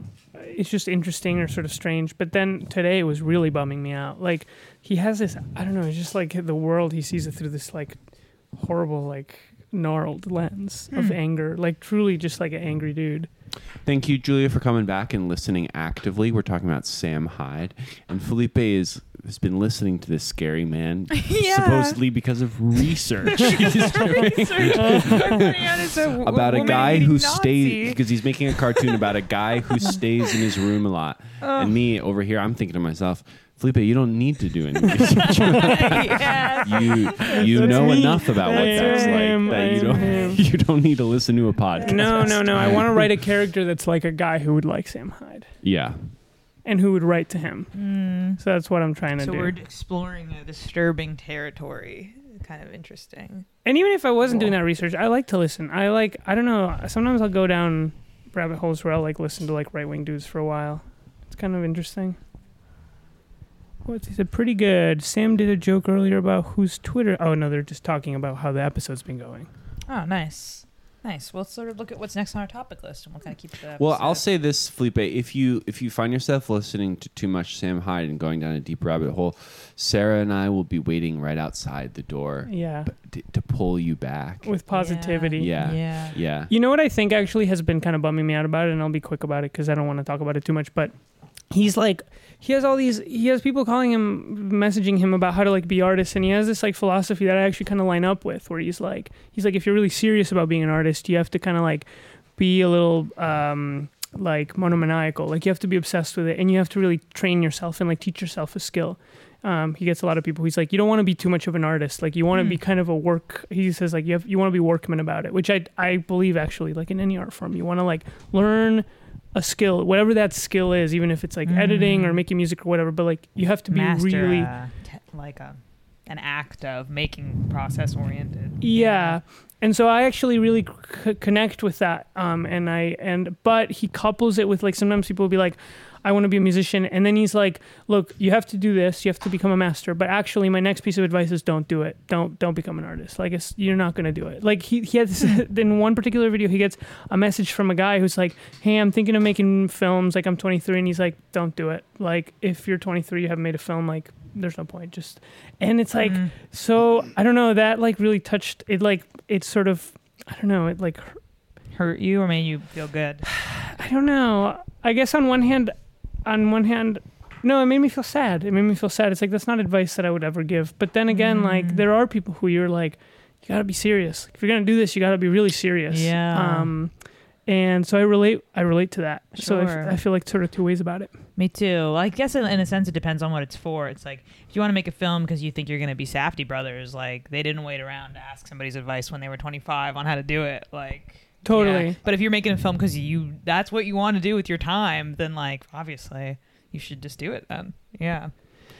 B: it's just interesting or sort of strange. But then today it was really bumming me out. Like he has this I don't know, it's just like the world he sees it through this like horrible like gnarled lens
C: Hmm.
B: of anger. Like truly just like an angry dude.
D: Thank you, Julia, for coming back and listening actively. We're talking about Sam Hyde, and Felipe is has been listening to this scary man
C: Yeah.
D: supposedly because of research he's doing about
C: about
D: a guy who stays because he's making a cartoon about a guy who stays in his room a lot. And me over here, I'm thinking to myself, Felipe, you don't need to do any research. you you
B: That's
D: know
B: me.
D: enough about what
B: That's
D: that's
B: him.
D: like that you
B: That's him.
D: don't you don't need to listen to a podcast.
B: No, no, no. I want to write a character that's like a guy who would like Sam Hyde
D: Yeah.
B: and who would write to him.
C: Hmm.
B: So that's what I'm trying to
C: So
B: do.
C: we're exploring a disturbing territory. Kind of interesting.
B: And even if I wasn't doing that research, I like to listen. I like I don't know. Sometimes I'll go down rabbit holes where I'll like listen to like right wing dudes for a while. It's kind of interesting. What's he said? Pretty good. Sam did a joke earlier about whose Twitter. Oh no, they're just talking about how the episode's been going.
C: Oh, nice. Nice. We'll sort of look at what's next on our topic list and we'll kind of keep that.
D: Well, I'll say this, Felipe. If you if you find yourself listening to too much Sam Hyde and going down a deep rabbit hole, Sarah and I will be waiting right outside the door
B: Yeah,
D: b- to, to pull you back.
B: with positivity.
D: Yeah.
C: Yeah.
D: yeah.
B: You know what I think actually has been kind of bumming me out about it, and I'll be quick about it because I don't want to talk about it too much. But he's like, he has all these, he has people calling him, messaging him about how to like be artists, and he has this like philosophy that I actually kind of line up with, where he's like, he's like, if you're really serious about being an artist, you have to kind of like be a little um, like monomaniacal, like you have to be obsessed with it, and you have to really train yourself and like teach yourself a skill. um, he gets a lot of people. He's like, you don't want to be too much of an artist. Like you want to be kind of a work. He says like you have you want to be workman about it, which I I believe actually like in any art form you want to like learn a skill, whatever that skill is, even if it's like editing or making music or whatever. But like you have to be
C: Master,
B: really
C: uh, te- like a, an act of making process oriented.
B: yeah and so i actually really c- connect with that um and i and but he couples it with like sometimes people will be like i want to be a musician and then he's like look you have to do this you have to become a master but actually my next piece of advice is don't do it don't don't become an artist like it's, you're not going to do it like he, he has in one particular video he gets a message from a guy who's like hey i'm thinking of making films like i'm 23 and he's like don't do it like if you're 23 you haven't made a film like there's no point just and it's like
C: Mm.
B: so i don't know that like really touched it like it sort of i don't know it like
C: Hurt you or made you feel good?
B: i don't know i guess on one hand on one hand no it made me feel sad it made me feel sad it's like that's not advice that i would ever give but then again
C: Mm.
B: like there are people who you're like you gotta be serious if you're gonna do this you gotta be really serious
C: Yeah.
B: um and so i relate i relate to that so I f-
C: Sure.
B: I feel like sort of two ways about it
C: Me too. Well, I guess in, in a sense it depends on what it's for. It's like if you want to make a film because you think you're going to be Safety Brothers, like they didn't wait around to ask somebody's advice when they were 25 on how to do it. Like
B: Totally.
C: yeah. But if you're making a film because you that's what you want to do with your time, then like obviously you should just do it then. Yeah.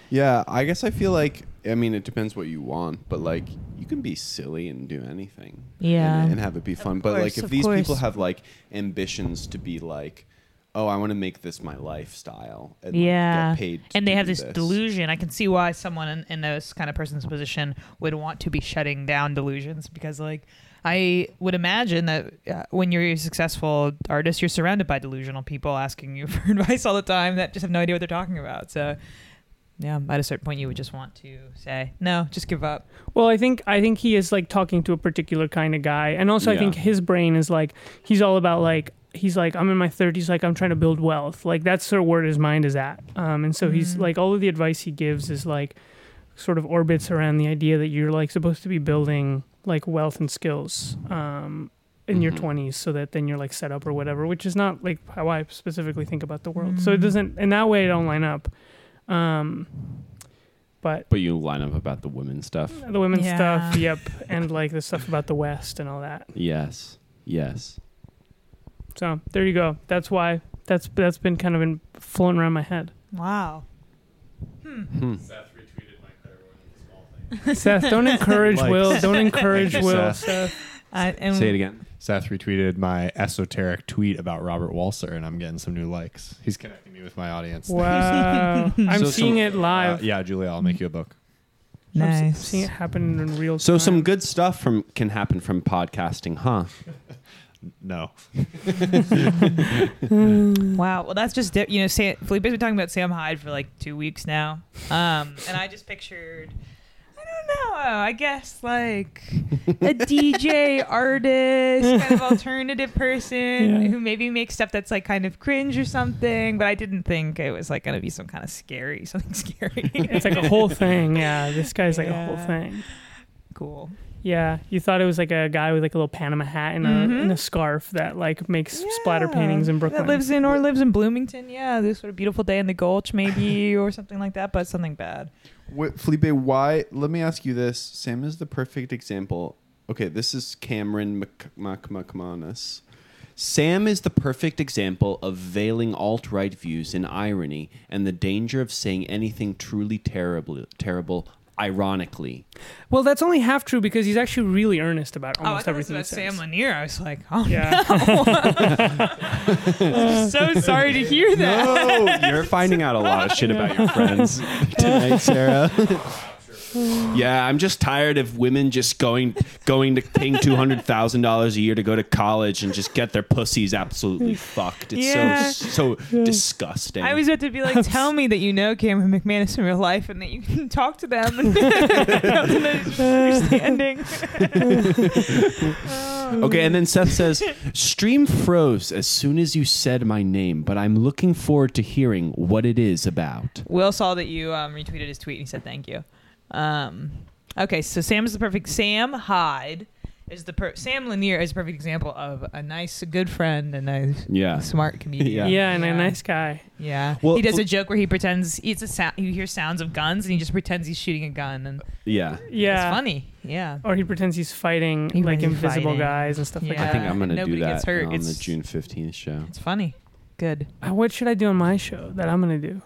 D: Yeah, I guess I feel like I mean it depends what you want, but like you can be silly and do anything.
C: Yeah.
D: And, and have it be fun. but
C: course,
D: like if
C: of
D: these people
C: course.
D: have like ambitions to be like, oh, I want to make this my lifestyle and like,
C: yeah
D: get paid.
C: and
D: to
C: they have
D: do
C: this, delusion i can see why someone in, in this kind of person's position would want to be shutting down delusions because like i would imagine that uh, when you're a successful artist you're surrounded by delusional people asking you for advice all the time that just have no idea what they're talking about so yeah at a certain point you would just want to say no just give up
B: Well, I think I think he is like talking to a particular kind of guy, and also I
D: Yeah.
B: think his brain is like he's all about like he's like I'm in my 30s, like I'm trying to build wealth, like that's sort of where his mind is at, um, and so he's like all of the advice he gives is like sort of orbits around the idea that you're like supposed to be building like wealth and skills um, in your 20s, so that then you're like set up or whatever, which is not like how I specifically think about the world. So it doesn't in that way it don't line up, um, but
D: But you line up about the women stuff.
B: the women
C: Yeah.
B: stuff, yep, and like the stuff about the West and all that.
D: Yes. Yes.
B: So there you go. That's why that's that's been kind of in, floating around my head.
C: wow
E: Seth retweeted my Claire Wood's small thing.
B: Seth, don't encourage
E: Like-
B: Will. Don't encourage
E: Thank you,
B: Will.
E: Seth.
B: Seth.
C: I, and
D: Say it again.
E: Seth retweeted my esoteric tweet about Robert Walser, and I'm getting some new likes. He's connecting me with my audience.
B: Wow, I'm
D: So some-
B: seeing it
E: Uh,
B: live.
E: yeah, Julia, I'll make you a book.
B: I'm se-
C: nice
B: seeing it happen in real time.
D: So some good stuff from can happen from podcasting, huh?
E: No.
C: Wow. Well, that's just di- you know, Sam, Felipe's been talking about Sam Hyde for like two weeks now, um, and I just pictured, I don't know, I guess like a DJ artist, kind of alternative person
B: Yeah.
C: who maybe makes stuff that's like kind of cringe or something. But I didn't think it was like gonna be some kind of scary, something scary.
B: It's like a whole thing. Yeah, this guy's like a whole
C: Yeah.
B: thing.
C: cool.
B: Yeah, you thought it was like a guy with like a little Panama hat and a,
C: Mhm.
B: and a scarf that like makes splatter
C: Yeah.
B: paintings in Brooklyn.
C: That lives in or lives in Bloomington. Yeah, this sort of beautiful day in the Gulch, maybe, or something like that. But something bad.
D: Wait, Felipe, why? Let me ask you this. Sam is the perfect example. Okay, this is Cameron Mc- Mc- McManus. Sam is the perfect example of veiling alt right views in irony and the danger of saying anything truly terrible, terrible ironically.
B: well, that's only half true because he's actually really earnest about
C: Oh, I
B: almost
C: thought it was
B: everything. he
C: about
B: says.
C: Sam Lanier. I was like, oh
B: Yeah.
C: so sorry to hear that.
D: Oh, you're finding out a lot of shit about your friends tonight, Sarah. yeah, I'm just tired of women just going going to paying two hundred thousand dollars a year to go to college and just get their pussies absolutely fucked. It's
C: Yeah.
D: so so disgusting.
C: I was about to be like, tell me that you know Cameron McManus in real life and that you can talk to them. and understanding.
D: okay, and then Seth says, "Stream froze as soon as you said my name, but I'm looking forward to hearing what it is about."
C: Will saw that you um, retweeted his tweet and he said thank you. Um, okay, so Sam is the perfect Sam Hyde is the per- Sam Lanier is a perfect example of a nice, good friend, a nice,
D: Yeah.
C: smart comedian.
E: Yeah.
B: Yeah, and a nice guy.
C: Yeah.
D: Well,
C: he does
D: well-
C: a joke where he pretends it's a sound. You hear sounds of guns, and he just pretends he's shooting a gun, and
D: Yeah.
B: Yeah.
C: it's funny. Yeah.
B: Or he pretends he's fighting
C: He
B: like
C: pretends he's
B: invisible
C: fighting.
B: guys and stuff like
D: I
B: that.
D: think
C: Yeah,
D: I'm gonna
C: nobody
D: do that
C: gets hurt.
D: on
C: It's-
D: the June 15th show.
C: It's funny. Good.
B: Uh, What should I do on my show that I'm gonna do?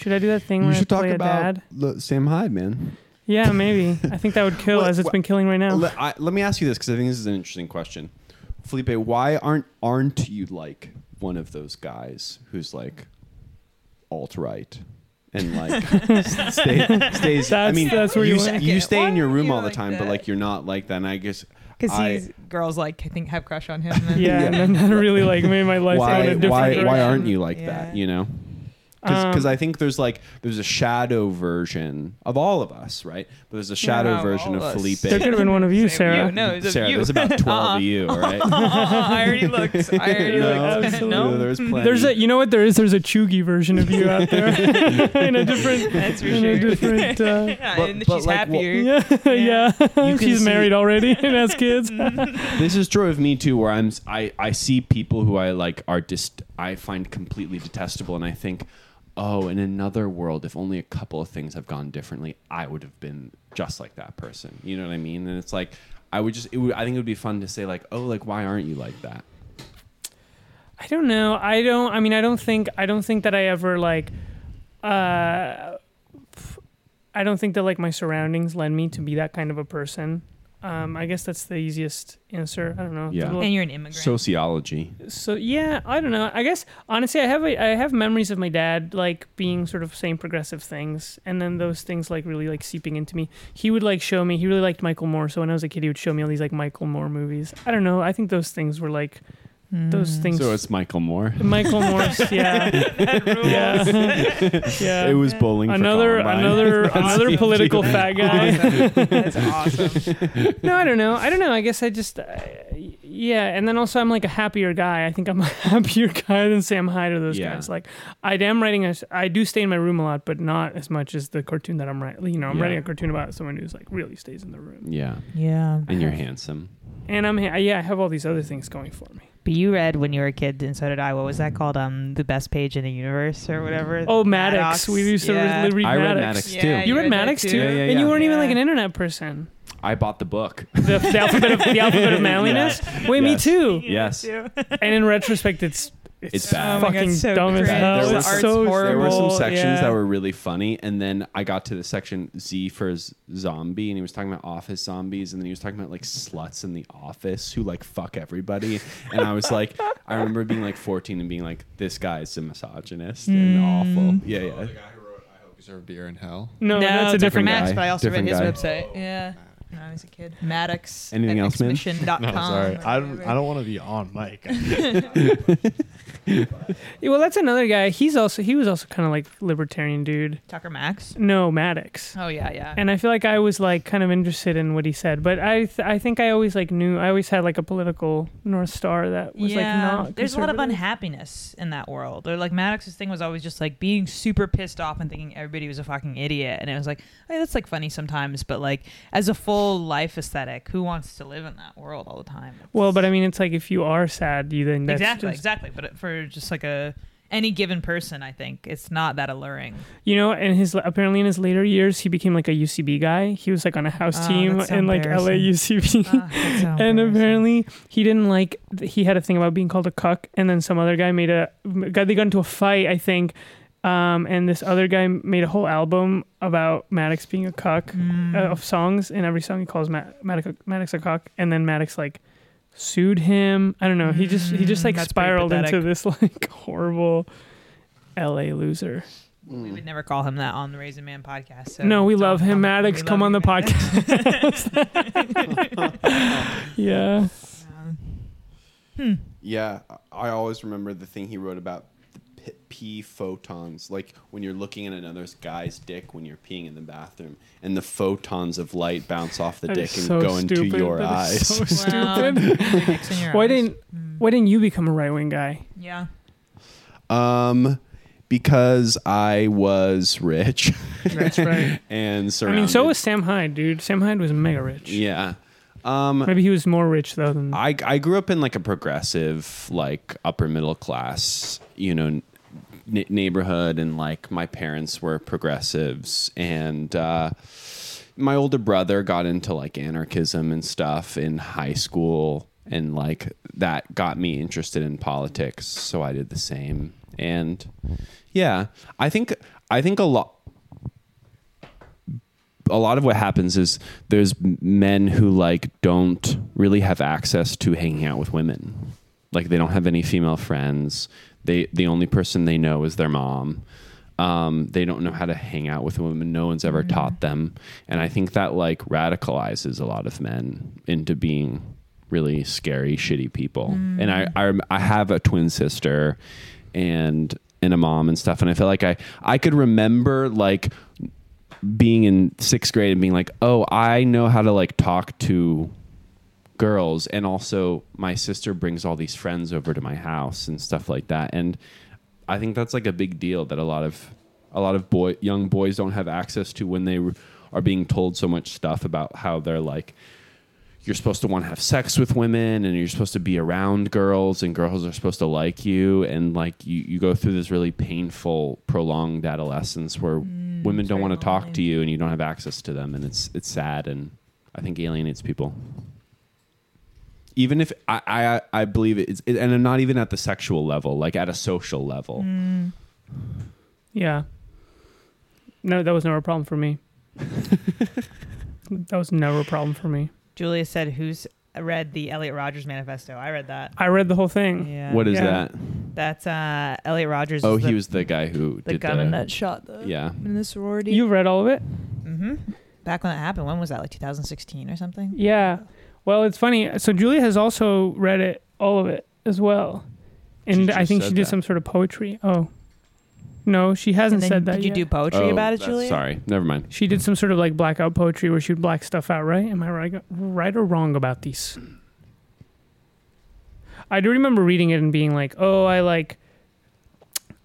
B: Should I do that thing
D: You
B: where I
D: should talk
B: play a
D: about
B: dad?
D: the Sam Hyde, man.
B: Yeah, maybe. I think that would kill
D: Well,
B: as it's
D: wha-
B: been killing right now.
D: Let, I, let me ask you this because I think this is an interesting question, Felipe. Why aren't aren't you like one of those guys who's like alt right and like stay, stays? I
B: That's-
D: mean,
B: that's where
D: you
B: you
D: s-
B: went.
D: you stay
C: Why
D: in your
C: are
D: room
C: you
D: all the
C: like
D: time,
C: that?
D: but like you're not like that. And I guess
C: Because
D: I-
C: these girls like I think have crush on him. And
B: yeah, and then that really like made my life go in a
D: why
B: different
D: why
B: direction. Um,
D: why aren't you like
C: Yeah.
D: that? You know. Because I think there's like there's a shadow version of all of us, right? But there's a shadow
C: of
D: version
C: all
D: of
C: us.
D: Felipe.
B: There could have been one of you,
C: Same
B: Sarah.
C: you. No, it's of
D: Sarah,
C: you.
D: there's about 12
C: Uh-uh.
D: of you, all right?
C: I already looked. I already
D: No,
C: looked.
B: absolutely.
C: No,
D: There's plenty.
B: Um, There's a you know what there is. There's a Chugi version of you out there in a different
C: That's for
B: in a
C: sure.
B: different. Uh,
C: Yeah,
D: But-
C: and
D: but
C: she's
D: like, well-
C: happier.
B: yeah, yeah.
D: You can
B: She's
D: see- Mm-hmm.
B: married already and has kids.
D: this is true of me too where i'm i i see people who i like are just i find completely detestable and i think oh in another world if only a couple of things have gone differently i would have been just like that person you know what i mean and it's like i would just it would, i think it would be fun to say like oh like why aren't you like that
B: I don't know. I don't. I mean, I don't think. I don't think that I ever like. Uh, f- I don't think that like my surroundings led me to be that kind of a person. Um, I guess that's the easiest answer. I don't know.
D: Yeah.
B: Well,
C: And you're an immigrant.
D: sociology
B: so yeah, I don't know. I guess honestly, I have a, I have memories of my dad like being sort of saying progressive things, and then those things like really like seeping into me. He would like show me. He really liked Michael Moore, so when I was a kid, he would show me all these like Michael Moore movies. I don't know. I think those things were like
C: Mm.
B: those things.
D: Mm, so it's michael moore
B: Michael Morse, yeah, yeah, yeah.
D: it was bowling for
B: another
D: Columbine.
B: another another political fat guy.
C: That's awesome.
B: no, I don't know. I don't know. I guess I just uh, yeah. And then also, I'm like a happier guy. I think I'm a happier guy than Sam Hyde or those
D: Yeah.
B: guys. Like, I am writing. A, I do stay in my room a lot, but not as much as the cartoon that I'm writing. You know, I'm
D: Yeah.
B: writing a cartoon about someone who's like really stays in the room.
D: yeah
C: Yeah.
D: and you're handsome
B: And I'm ha- yeah, I have all these other things going for me.
C: But you read when you were a kid, and so did I. What was that called? Um, the best page in the universe or whatever.
B: Oh, Maddox. We used to
C: Yeah.
B: re- read
D: i read
B: Maddox.
D: maddox
C: Yeah,
D: too
B: You read
C: read that
B: Maddox
C: too?
B: too,
D: Yeah, yeah,
B: and
D: yeah.
B: you weren't even
C: Yeah.
B: like an internet person.
D: i bought the book
B: The, the alphabet of the alphabet of manliness. Wait,
D: Yes.
B: me too.
D: yes
B: And in retrospect, it's it's,
D: It's bad. Oh my
C: God,
B: fucking
C: so
B: dumb as
C: cringe.
B: hell.
D: There were
B: It's
D: some-
B: so
D: There were some
B: horrible.
D: sections
B: Yeah.
D: that were really funny, and then I got to the section Z for z- zombie, and he was talking about office zombies, and then he was talking about like sluts in the office who like fuck everybody, and I was like, I remember being like 14 and being like, this guy is a misogynist
B: Mm.
D: and awful. Yeah, yeah.
E: The guy who wrote "I hope you serve beer in hell."
B: Oh, No,
C: No,
B: that's a different.
D: guy.
C: Max, but I also
D: Different
C: read his
D: guy.
C: website. Yeah. When I was a kid. Maddox.
D: Anything
C: at
D: else, man?
C: exhibition.com
F: No, sorry.
C: or
F: I don't,
C: whatever.
F: I don't want to be on mic.
B: Yeah, Well, that's another guy. He's also he was also kind of like libertarian dude.
C: Tucker Max.
B: No, Maddox.
C: Oh yeah, yeah.
B: And I feel like I was like kind of interested in what he said, but I th- I think I always like knew I always had like a political north star that was like not.
C: There's a lot of
B: conservative.
C: unhappiness in that world. Or like Maddox's thing was always just like being super pissed off and thinking everybody was a fucking idiot. And it was like, hey, that's like funny sometimes, but like as a full life aesthetic, who wants to live in that world all the time?
B: Well, but I mean, it's like if you are sad, you then that's
C: exactly,
B: just-
C: exactly. But for just like a any given person, I think it's not that alluring.
B: You know, and his apparently in his later years, he became like a UCB guy. He was like on a house
C: Oh,
B: team
C: that's so
B: in like LA
C: embarrassing. Uh,
B: UCB. and apparently he didn't like he had a thing about being called a cuck and then some other guy made a got they got into a fight i think um, and this other guy made a whole album about Maddox being a cuck
C: Mm.
B: uh, of songs and every song he calls Ma- Maddox, Maddox a cuck and then Maddox like sued him i don't know he just he just
C: Mm,
B: like
C: that's pretty
B: spiraled into
C: pathetic.
B: this like horrible la loser
C: we would never call him that on the Raisin Man podcast. So
B: no we
C: don't
B: love him
C: comment.
B: maddox
C: We
B: come on
C: love you,
B: the
C: Maddox.
B: podcast yeah
D: Yeah, I always remember the thing he wrote about the p- pee photons, like when you're looking at another guy's dick when you're peeing in the bathroom, and the photons of light bounce off the
B: That is
D: dick and
B: so
D: go into
B: stupid.
D: your
B: That
D: eyes.
B: is so
C: Wow.
B: stupid
C: Your dick's in your
B: Why
C: eyes.
B: didn't
C: Mm.
B: Why didn't you become a right wing guy?
C: yeah.
D: Um, because I was rich
B: That's right.
D: and
B: I
D: surrounded.
B: mean, so was Sam Hyde, dude. Sam Hyde was mega rich.
D: yeah. Uh, Um,
B: Maybe he was more rich though than
D: I, I grew up in like a progressive, like upper middle class, you know, n- neighborhood, and like my parents were progressives, and uh, my older brother got into like anarchism and stuff in high school, and like that got me interested in politics, so I did the same, and yeah, I think I think a lot a lot of what happens is there's men who like don't really have access to hanging out with women. Like they don't have any female friends. They the only person they know is their mom. Um, they don't know how to hang out with women. No one's ever taught them, and I think that like radicalizes a lot of men into being really scary, shitty people. And I, I I have a twin sister, and and a mom and stuff. And I feel like I I could remember like being in sixth grade and being like, oh, I know how to like talk to girls. And also, my sister brings all these friends over to my house and stuff like that. And I think that's like a big deal that a lot of a lot of boy young boys don't have access to when they are being told so much stuff about how they're like you're supposed to want to have sex with women and you're supposed to be around girls and girls are supposed to like you and like you, you go through this really painful prolonged adolescence where women don't
C: Mm, very
D: want to talk to
C: lonely.
D: you and you don't have access to them and it's it's sad and i think alienates people even if i i, I believe it's it, and i'm not even at the sexual level like at a social level
C: Mm.
B: yeah. No, that was never a problem for me. that was never a problem for me.
C: Julia said, "Who's read the Elliot Rogers manifesto?" I read that.
B: I read the whole thing.
C: Yeah.
D: what is
B: Yeah.
D: that
C: That's uh, Elliot Rogers.
D: oh
C: is
D: he
C: the,
D: was the guy who
C: the
D: did
C: gunman
D: the,
C: that shot the
D: yeah
A: in the sorority.
B: You read all of it?
C: hmm Back when that happened, when was that? Like 2016 or something?
B: Yeah. Well, it's funny. So Julia has also read it, all of it as well,
D: She
B: and
D: just
B: I think
D: said
B: she did
D: that.
B: some sort of poetry. Oh, no, she hasn't
C: And then
B: said that.
C: Did
B: yet.
C: you do poetry
D: Oh,
C: about it,
D: that's-
C: Julia?
D: sorry never mind
B: She did some sort of like blackout poetry where she would black stuff out, right? Am I right, right or wrong about these? I do remember reading it and being like, "Oh, I like."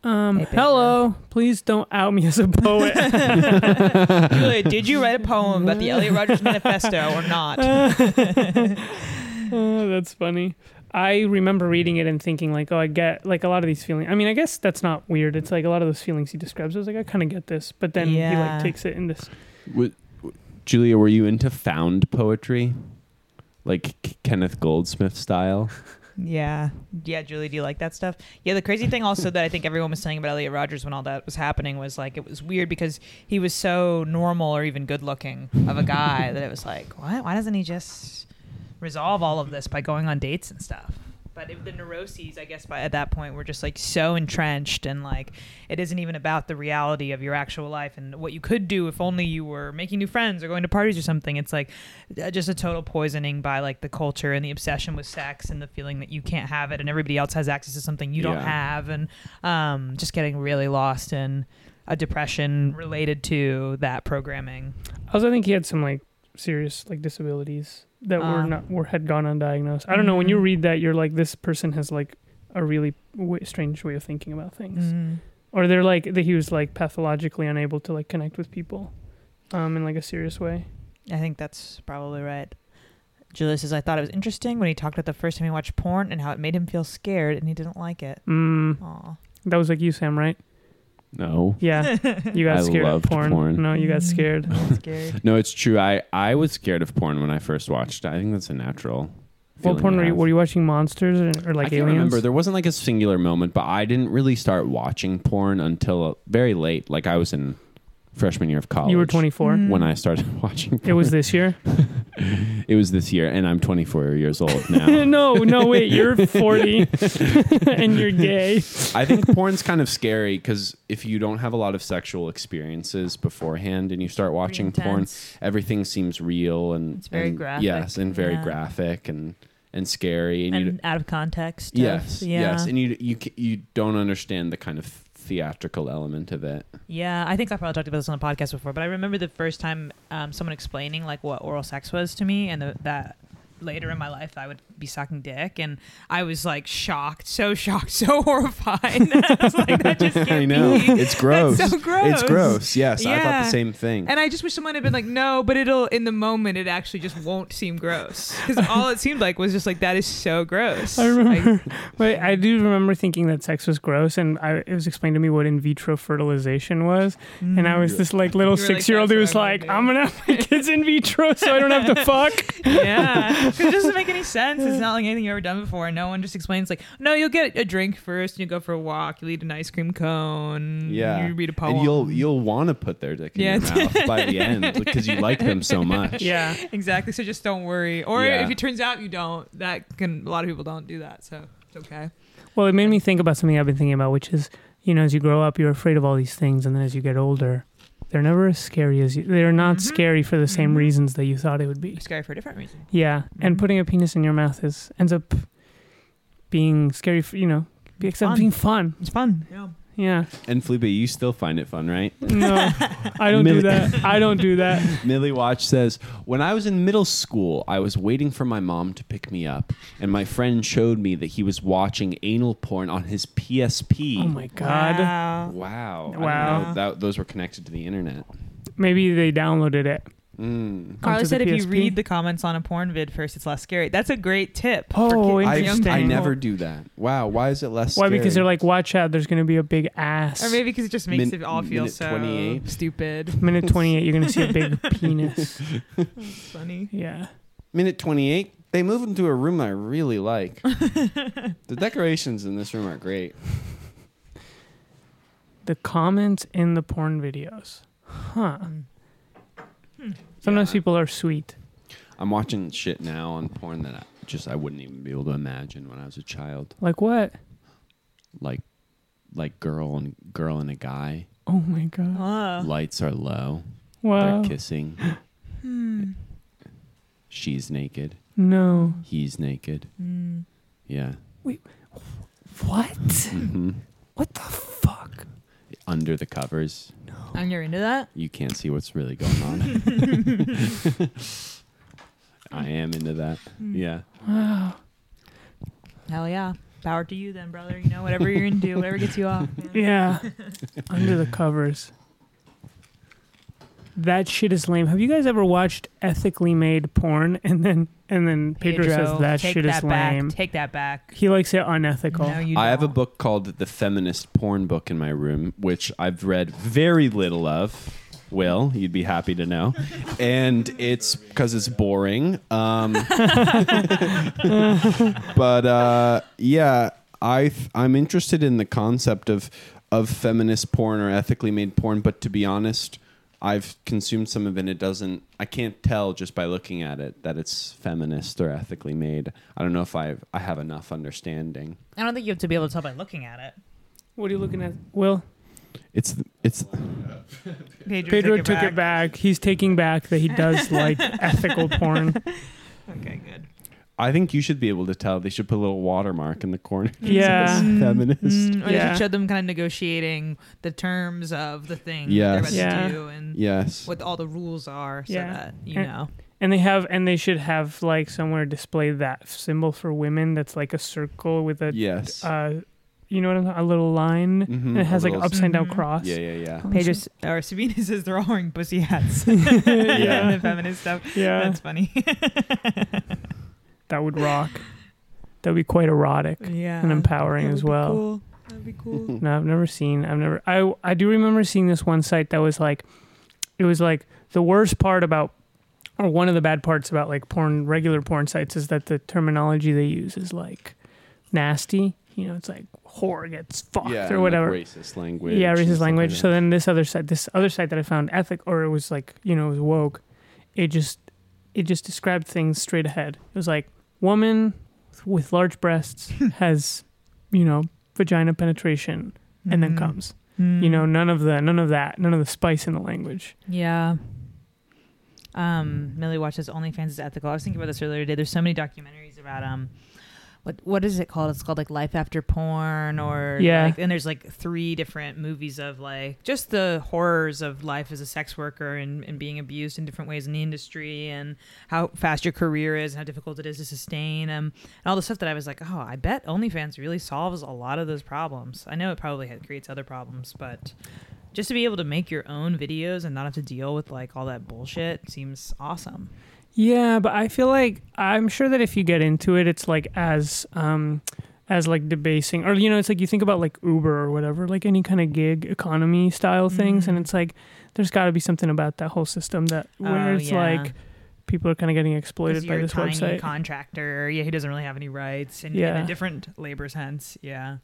B: Um,
C: Hey, baby.
B: hello. Please don't out me as a poet.
C: Julia, did you write a poem about the Elliot Rogers manifesto or not?
B: Oh, that's funny. I remember reading it and thinking like, oh, I get like a lot of these feelings. I mean, I guess that's not weird. It's like a lot of those feelings he describes. I was like, I kind of get this, but then he
C: Yeah.
B: like takes it in this.
D: Wa- wa- Julia, were you into found poetry? Like K- Kenneth Goldsmith style?
C: Yeah. Yeah, Julie, do you like that stuff? Yeah, the crazy thing also that I think everyone was saying about Elliot Rogers when all that was happening was like it was weird because he was so normal or even good looking of a guy that it was like, what? Why doesn't he just resolve all of this by going on dates and stuff? But it, the neuroses, I guess, by at that point were just like so entrenched and like it isn't even about the reality of your actual life and what you could do if only you were making new friends or going to parties or something. It's like uh, just a total poisoning by like the culture and the obsession with sex and the feeling that you can't have it and everybody else has access to something you don't
D: Yeah.
C: have and um, just getting really lost in a depression related to that programming.
B: I also think he had some like serious like disabilities that were
C: Ah.
B: not were had gone undiagnosed. I don't know. When you
C: Mhm.
B: read that, you're like, this person has like a really w- strange way of thinking about things,
C: Mm.
B: or they're like that he was like pathologically unable to like connect with people, um, in like a serious way.
C: I think that's probably right. Julia says, I thought it was interesting when he talked about the first time he watched porn and how it made him feel scared and he didn't like it.
B: Mm,
C: Aw.
B: that was like you, Sam, right?
D: No.
B: Yeah. You got
D: I
B: scared of
D: loved
B: porn.
D: porn.
B: No, you got
C: Mm.
B: scared.
C: scared.
D: No, it's true. I, I was scared of porn when I first watched it. I think that's a natural.
B: What
D: feeling
B: porn
D: to
B: were you,
D: have.
B: were you watching? Monsters or, or like
D: I can't
B: aliens?
D: remember. There wasn't like a singular moment, but I didn't really start watching porn until very late. Like I was in freshman year of college.
B: you were 24.
C: Mm.
D: when I started watching.
B: It was this year.
D: It was this year, and I'm 24 years old now.
B: no, no, wait. You're 40 and you're gay.
D: I think porn's kind of scary because if you don't have a lot of sexual experiences beforehand and you start watching porn,
C: Intense.
D: everything seems real and
C: It's very
D: and-
C: graphic.
D: Yes, and very
C: Yeah.
D: graphic and and scary. And, you,
C: And out of context. of-
D: yes,
C: yeah.
D: yes, and you you ca- you don't understand the kind of theatrical element of it.
C: Yeah, I think I probably talked about this on the podcast before, but I remember the first time um, someone explaining like what oral sex was to me, and the, that later in my life I would be sucking dick, and I was like shocked, so shocked, so horrified. I was like, that just can't
D: I know.
C: be.
D: It's gross.
C: That's so gross.
D: It's gross. Yes, I thought
C: Yeah.
D: the same thing.
C: And I just wish someone had been like, no, but it'll, in the moment, it actually just won't seem gross. Because all it seemed like was just like, that is so gross.
B: I
C: Like,
B: remember, but I do remember thinking that sex was gross, and I, it was explained to me what in vitro fertilization was, and I was this like little
C: You were like,
B: six year old who
C: "That's
B: was
C: what I'm
B: like,
C: gonna
B: "I'm gonna have my kids in vitro, so I don't have to fuck."
C: yeah. 'Cause it doesn't make any sense. It's not like anything you've ever done before. No one just explains, like, no, you'll get a drink first, and you go for a walk, you'll eat an ice cream cone,
D: yeah,
C: you read a poem.
D: and you'll you'll want to put their dick in
C: Yeah.
D: your mouth by the end because you like them so much.
B: Yeah,
C: exactly. So just don't worry. Or
D: Yeah.
C: if it turns out you don't, that can, a lot of people don't do that. So it's okay.
B: well, it made me think about something I've been thinking about, which is, you know, as you grow up, you're afraid of all these things, and then as you get older, they're never as scary as you. They're not
C: Mm-hmm.
B: scary for the same reasons that you thought it would be.
C: It's scary for a different reason.
B: Yeah, and
C: Mhm.
B: putting a penis in your mouth is ends up being scary for you know, except
C: Fun.
B: being fun.
C: It's fun. Yeah.
B: Yeah.
D: And Felipe, you still find it fun, right?
B: No, I don't do
D: Millie-
B: that. I don't do that.
D: Millie Watch says, When I was in middle school, I was waiting for my mom to pick me up, and my friend showed me that he was watching anal porn on his PSP.
B: Oh my god.
C: Wow.
D: Wow. I didn't
B: Wow.
D: know that, those were connected to the internet.
B: Maybe they downloaded it.
D: Mm.
B: onto
C: Carla
B: the
C: said if you
B: PSP.
C: read the comments on a porn vid first, it's less scary. That's a great tip.
B: Oh,
C: for ki- for
D: I,
C: young
B: Interesting.
D: I
C: people.
D: never do that. Wow. Why is it less
B: Why?
D: scary?
B: Because they're like, watch out, there's going to be a big ass.
C: Or maybe because it just makes
D: Min-
C: it all feel
D: minute
C: so
D: 28.
C: stupid.
B: minute 28, you're going to see a big penis.
C: Funny.
B: Yeah.
D: Minute 28, they move into a room I really like. the decorations in this room are great.
B: The comments in the porn videos. Huh. Sometimes
C: Hmm.
D: Yeah.
B: people are sweet.
D: I'm watching shit now on porn that I just I wouldn't even be able to imagine when I was a child.
B: Like what?
D: Like like girl and girl and a guy.
B: Oh my god.
C: Oh.
D: Lights are low.
B: Wow.
D: They're kissing.
C: Hmm.
D: She's naked.
B: No.
D: He's naked. Yeah.
A: What?
D: hmm
A: What the fuck?
D: Under the covers,
C: And you're into that?
D: you can't see what's really going on. I am into that. Yeah.
B: Wow.
C: Hell yeah. Power to you then, brother. You know, whatever you're into, whatever gets you off. man.
B: Yeah. Under the covers. That shit is lame. Have you guys ever watched ethically made porn and then and then Pedro, says that
C: take
B: shit is
C: that back.
B: lame.
C: Take that back.
B: He likes it unethical.
C: No, you
D: I have a
C: don't.
D: book called The Feminist Porn Book in my room, which I've read very little of. Will, you'd be happy to know. And it's because it's boring. Um, but uh, yeah, I th- I'm interested in the concept of of feminist porn or ethically made porn. But to be honest, I've consumed some of it. and It doesn't. I can't tell just by looking at it that it's feminist or ethically made. I don't know if I I have enough understanding.
C: I don't think you have to be able to tell by looking at it.
B: What are you looking at? Will
D: It's it's
C: Pedro,
B: Pedro took it back. He's taking back that he does like ethical porn.
C: Okay, good.
D: I think you should be able to tell. They should put a little watermark in the corner.
B: Yeah.
D: It says feminist.
C: Mm, or yeah.
B: Yeah.
C: should show them kind of negotiating the terms of the thing
D: Yes.
C: that they're about
B: Yeah.
C: to do and
D: Yes.
C: what all the rules are so
B: Yeah. Uh,
C: that you
B: And-
C: know.
B: And they have and they should have like somewhere display that symbol for women that's like a circle with a
D: Yes.
B: uh you know what I'm a little line
D: Mhm,
B: and it has
D: a
B: like
D: little-
B: upside down
C: Mhm.
B: cross.
D: Yeah, yeah, yeah.
C: Pedro s- or Sabina says they're all wearing pussy hats.
B: Yeah.
C: the feminist stuff.
B: Yeah.
C: That's funny.
B: That would rock. That would be quite erotic
C: yeah.
B: and empowering as well.
C: That'd be cool.
B: No, I've never seen. I've never. I I do remember seeing this one site that was like, it was like the worst part about, or one of the bad parts about like porn, regular porn sites is that the terminology they use is like nasty. You know, it's like whore gets fucked
D: yeah,
B: or whatever.
D: racist language.
B: Yeah,
D: and
B: racist
D: stuff like
B: language.
D: that.
B: so then this other site, this other site that I found ethic, or it was like you know it was woke. It just it just described things straight ahead. It was like woman with large breasts has you know vagina penetration and then
C: Mhm.
B: comes.
C: Mm.
B: You know none of the none of that none of the spice in the language.
C: Yeah. Um, Millie watches OnlyFans is ethical. I was thinking about this earlier today. There's so many documentaries about um what what is it called? It's called like Life After Porn or
B: Yeah.
C: like- and there's like three different movies of like just the horrors of life as a sex worker and, and being abused in different ways in the industry and how fast your career is and how difficult it is to sustain um, and all the stuff that I was like, oh, I bet OnlyFans really solves a lot of those problems. I know it probably ha- creates other problems, but just to be able to make your own videos and not have to deal with like all that bullshit seems awesome.
B: Yeah, but I feel like I'm sure that if you get into it, it's like as um as like debasing or you know, it's like you think about like Uber or whatever, like any kind of gig economy style things, and it's like there's got to be something about that whole system that where
C: Mm-hmm. Oh,
B: it's
C: yeah.
B: like people are kind of getting exploited
C: 'Cause
B: by
C: you're
B: this
C: a tiny
B: website.
C: contractor. Yeah, he doesn't really have any rights in, in
B: Yeah.
C: a different labor sense. Yeah.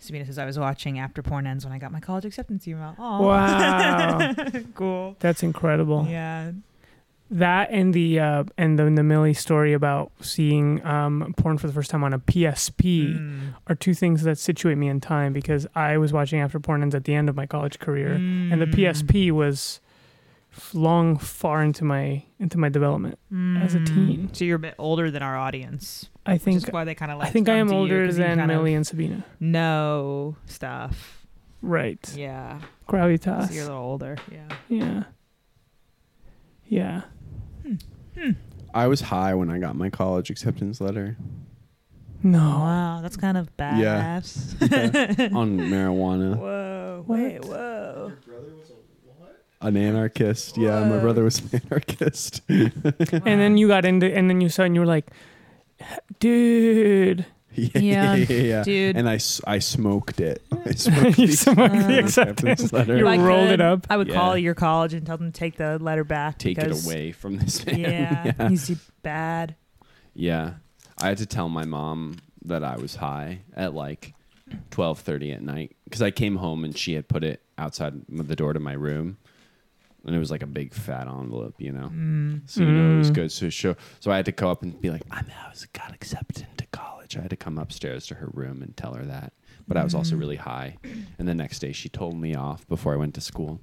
C: Sabina says I was watching After Porn Ends when I got my college acceptance email. Oh,
B: wow,
C: cool.
B: that's incredible.
C: Yeah.
B: That and the uh, and the, the Millie story about seeing um, porn for the first time on a PSP
C: Mm.
B: are two things that situate me in time because I was watching after porn ends at the end of my college career, and the
C: Mm.
B: PSP was f- long far into my into my development. as a
C: Mm.
B: teen.
C: So you're a bit older than our audience.
B: I
C: Which
B: think
C: is why they kind of like
B: I think I am older than
C: kind
B: Millie
C: of
B: and Sabina.
C: know stuff.
B: Right,
C: Yeah. So you're a
B: gravitas.
C: little older. Yeah.
B: Yeah, yeah.
D: I was high when I got my college acceptance letter
B: No,
C: Wow, that's kind of
D: Oh. Yeah. Um,
C: badass.
D: on marijuana.
C: Whoa.
B: What?
C: Wait, whoa.
D: An anarchist. Yeah, my
C: Whoa.
D: brother was an anarchist.
B: and then you got into and then you saw and you were like, dude,
D: yeah,
C: Yeah,
D: yeah, yeah, yeah.
C: dude.
D: And I, s- I smoked it. I smoked
B: You
D: the
B: smoked the acceptance.
D: letter.
B: You
C: If I
B: rolled it
C: could,
B: up.
C: I would
D: Yeah.
C: call your college and tell them to take the letter back.
D: Take it
C: because-
D: away from this man.
C: Yeah,
D: yeah.
C: he's bad.
D: Yeah. I had to tell my mom that I was high at like 12:30 at night cuz I came home and she had put it outside m- the door to my room. And it was like a big fat envelope, you know. So you know it was
B: Mm.
D: good. So show. So I had to go up and be like, I'm, I was got accepted into college. I had to come upstairs to her room and tell her that. But I was also really
B: Mm.
D: high. And the next day she told me off before I went to school.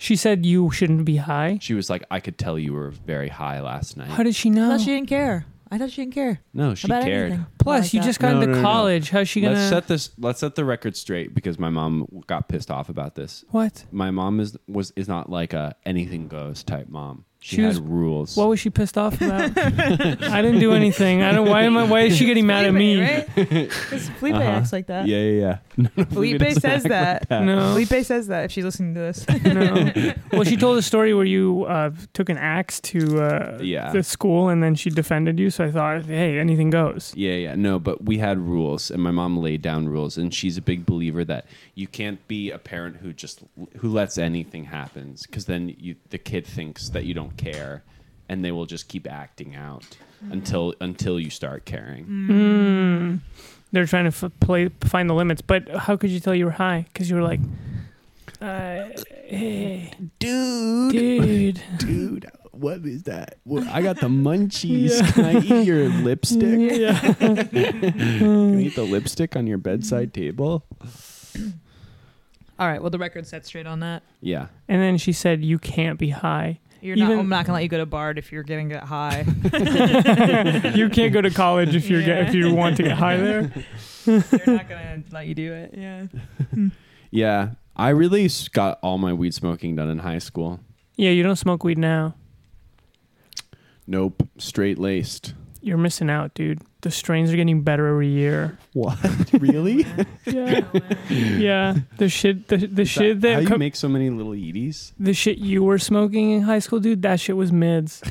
B: she said you shouldn't be high.
D: She was like, I could tell you were very high last night.
B: How did she know?
C: I thought she didn't care. I thought she didn't care
D: no, she
C: about
D: cared.
C: anything.
B: Plus,
C: Like
B: you
C: that.
B: just got
D: No,
B: into
D: no, no, no.
B: college. How's she gonna?
D: Let's set this. Let's set the record straight because my mom got pissed off about this.
B: what?
D: My mom is was is not like a anything goes type mom. She,
B: She
D: had
B: was-
D: rules.
B: What was she pissed off about? I didn't do anything. I don't. Why am I? Why is she getting mad at me?
C: Because Felipe acts like that.
D: Uh-huh. yeah, yeah, yeah.
C: Felipe says that.
B: No,
C: Felipe says that if she's listening to this.
B: no. Well, she told a story where you uh, took an axe to uh,
D: Yeah.
B: the school, and then she defended you. So I thought, hey, anything goes.
D: Yeah, yeah. No, but we had rules, and my mom laid down rules, and she's a big believer that you can't be a parent who just who lets anything happen, because then you the kid thinks that you don't care, and they will just keep acting out until until you start caring.
B: Mm. They're trying to f- play find the limits, but how could you tell you were high? Because you were like, uh, hey,
D: Dude,
B: dude.
D: dude, what is that? Well, I got the munchies. Can I eat your lipstick?
B: Yeah.
D: Can I eat the lipstick on your bedside table?
C: All right. Well, the record set straight on that.
D: Yeah.
B: And then she said, you can't be high.
C: You're
B: Even-
C: not. I'm not gonna let you go to Bard if you're getting that high.
B: you can't go to college if you're get, if you want to get high there.
C: They're not gonna let you do it. Yeah.
D: Yeah. I really s- got all my weed smoking done in high school.
B: Yeah, you don't smoke weed now.
D: Nope. Straight laced.
B: You're missing out, dude. The strains are getting better every year.
D: What? really?
B: Yeah, yeah. The shit, the, the shit
D: how
B: that
D: you
B: co-
D: make so many little Edie's?
B: the shit you were smoking in high school, dude. That shit was mids.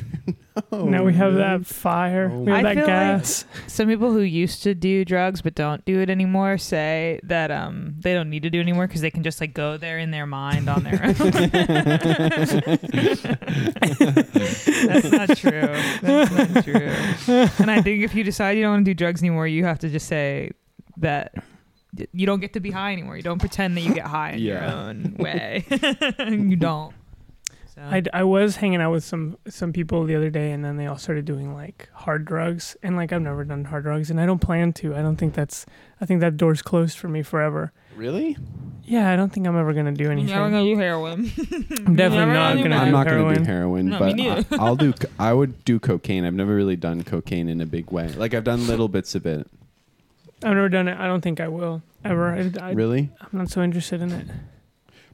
B: now we have that fire.
D: Oh,
B: we have
C: I
B: that
C: feel like-
B: gas.
C: Some people who used to do drugs but don't do it anymore say that um they don't need to do it anymore because they can just like go there in their mind on their own. That's not true. That's not true. And I think if you decide you don't want to do drugs anymore, you have to just say that you don't get to be high anymore. You don't pretend that you get high in your
D: Yeah.
C: own way. you don't. So
B: I, I was hanging out with some some people the other day, and then they all started doing like hard drugs, and like I've never done hard drugs, and I don't plan to. I don't think that's. I think that door's closed for me forever.
D: Really?
B: Yeah, I don't think I'm ever gonna do
C: You're
B: anything.
C: never gonna do heroin.
B: I'm definitely
C: Never
B: not
C: gonna
B: gonna.
C: do
D: I'm
B: do
D: not going to
B: heroin.
D: do heroin,
C: No, me
D: but I,
C: neither.
D: I'll do. c- I would do cocaine. I've never really done cocaine in a big way. Like I've done little bits of it.
B: I've never done it. I don't think I will ever. I, I,
D: Really?
B: I'm not so interested in it.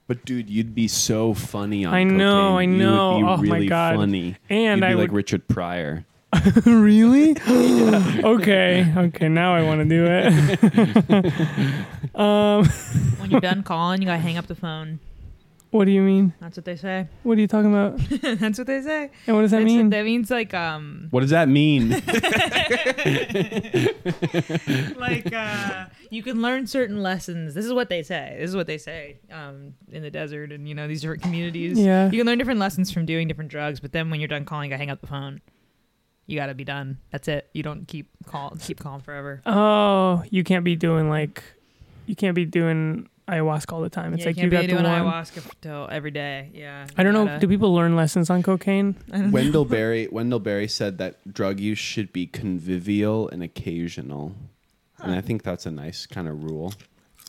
D: But dude, you'd be so funny on.
B: I know,
D: cocaine.
B: I
D: You would
B: know.
D: be
B: Oh, my
D: really
B: God.
D: Funny.
B: And
D: you'd be
B: I
D: like
B: would-
D: Richard Pryor.
B: really? okay. Okay. Now I want to do it. um,
C: When you're done calling, you gotta hang up the phone.
B: what do you mean?
C: That's what they say.
B: What are you talking about?
C: That's what they say.
B: And what does that
C: That's-
B: mean?
C: That means like um
D: What does that mean?
C: like uh you can learn certain lessons. This is what they say. This is what they say um in the desert and you know these different communities.
B: Yeah.
C: You can learn different lessons from doing different drugs, but then when you're done calling, you gotta hang up the phone. You gotta be done. That's it. You don't keep call keep calling forever.
B: Oh, you can't be doing like, you can't be doing ayahuasca all the time. It's
C: Yeah,
B: like
C: you
B: you
C: can't
B: got
C: be
B: the one.
C: doing ayahuasca till every day. Yeah.
B: I don't
C: You
B: know.
C: gotta-
B: Do people learn lessons on cocaine?
D: Wendell Berry. Wendell Berry said that drug use should be convivial and occasional, and I think that's a nice kind of rule.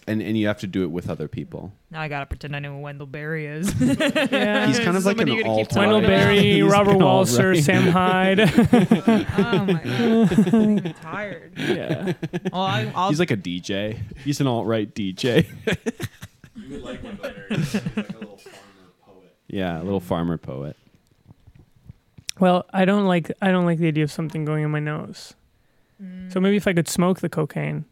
D: And and you have to do it with other people.
C: now I gotta pretend I know who Wendell Berry is.
B: Yeah.
D: He's kind of like an
C: Somebody you're gonna
D: all
C: keep
D: time.
B: Wendell Berry, Robert Walser, Sam Hyde.
C: oh my god. I'm tired.
B: yeah.
C: Well, I, I'll
D: He's like a DJ. He's an alt right DJ.
E: You would like Wendell Berry. He's like a little farmer poet.
D: yeah, a little farmer poet.
B: Well, I don't like I don't like the idea of something going in my nose.
C: Mm.
B: So maybe if I could smoke the cocaine.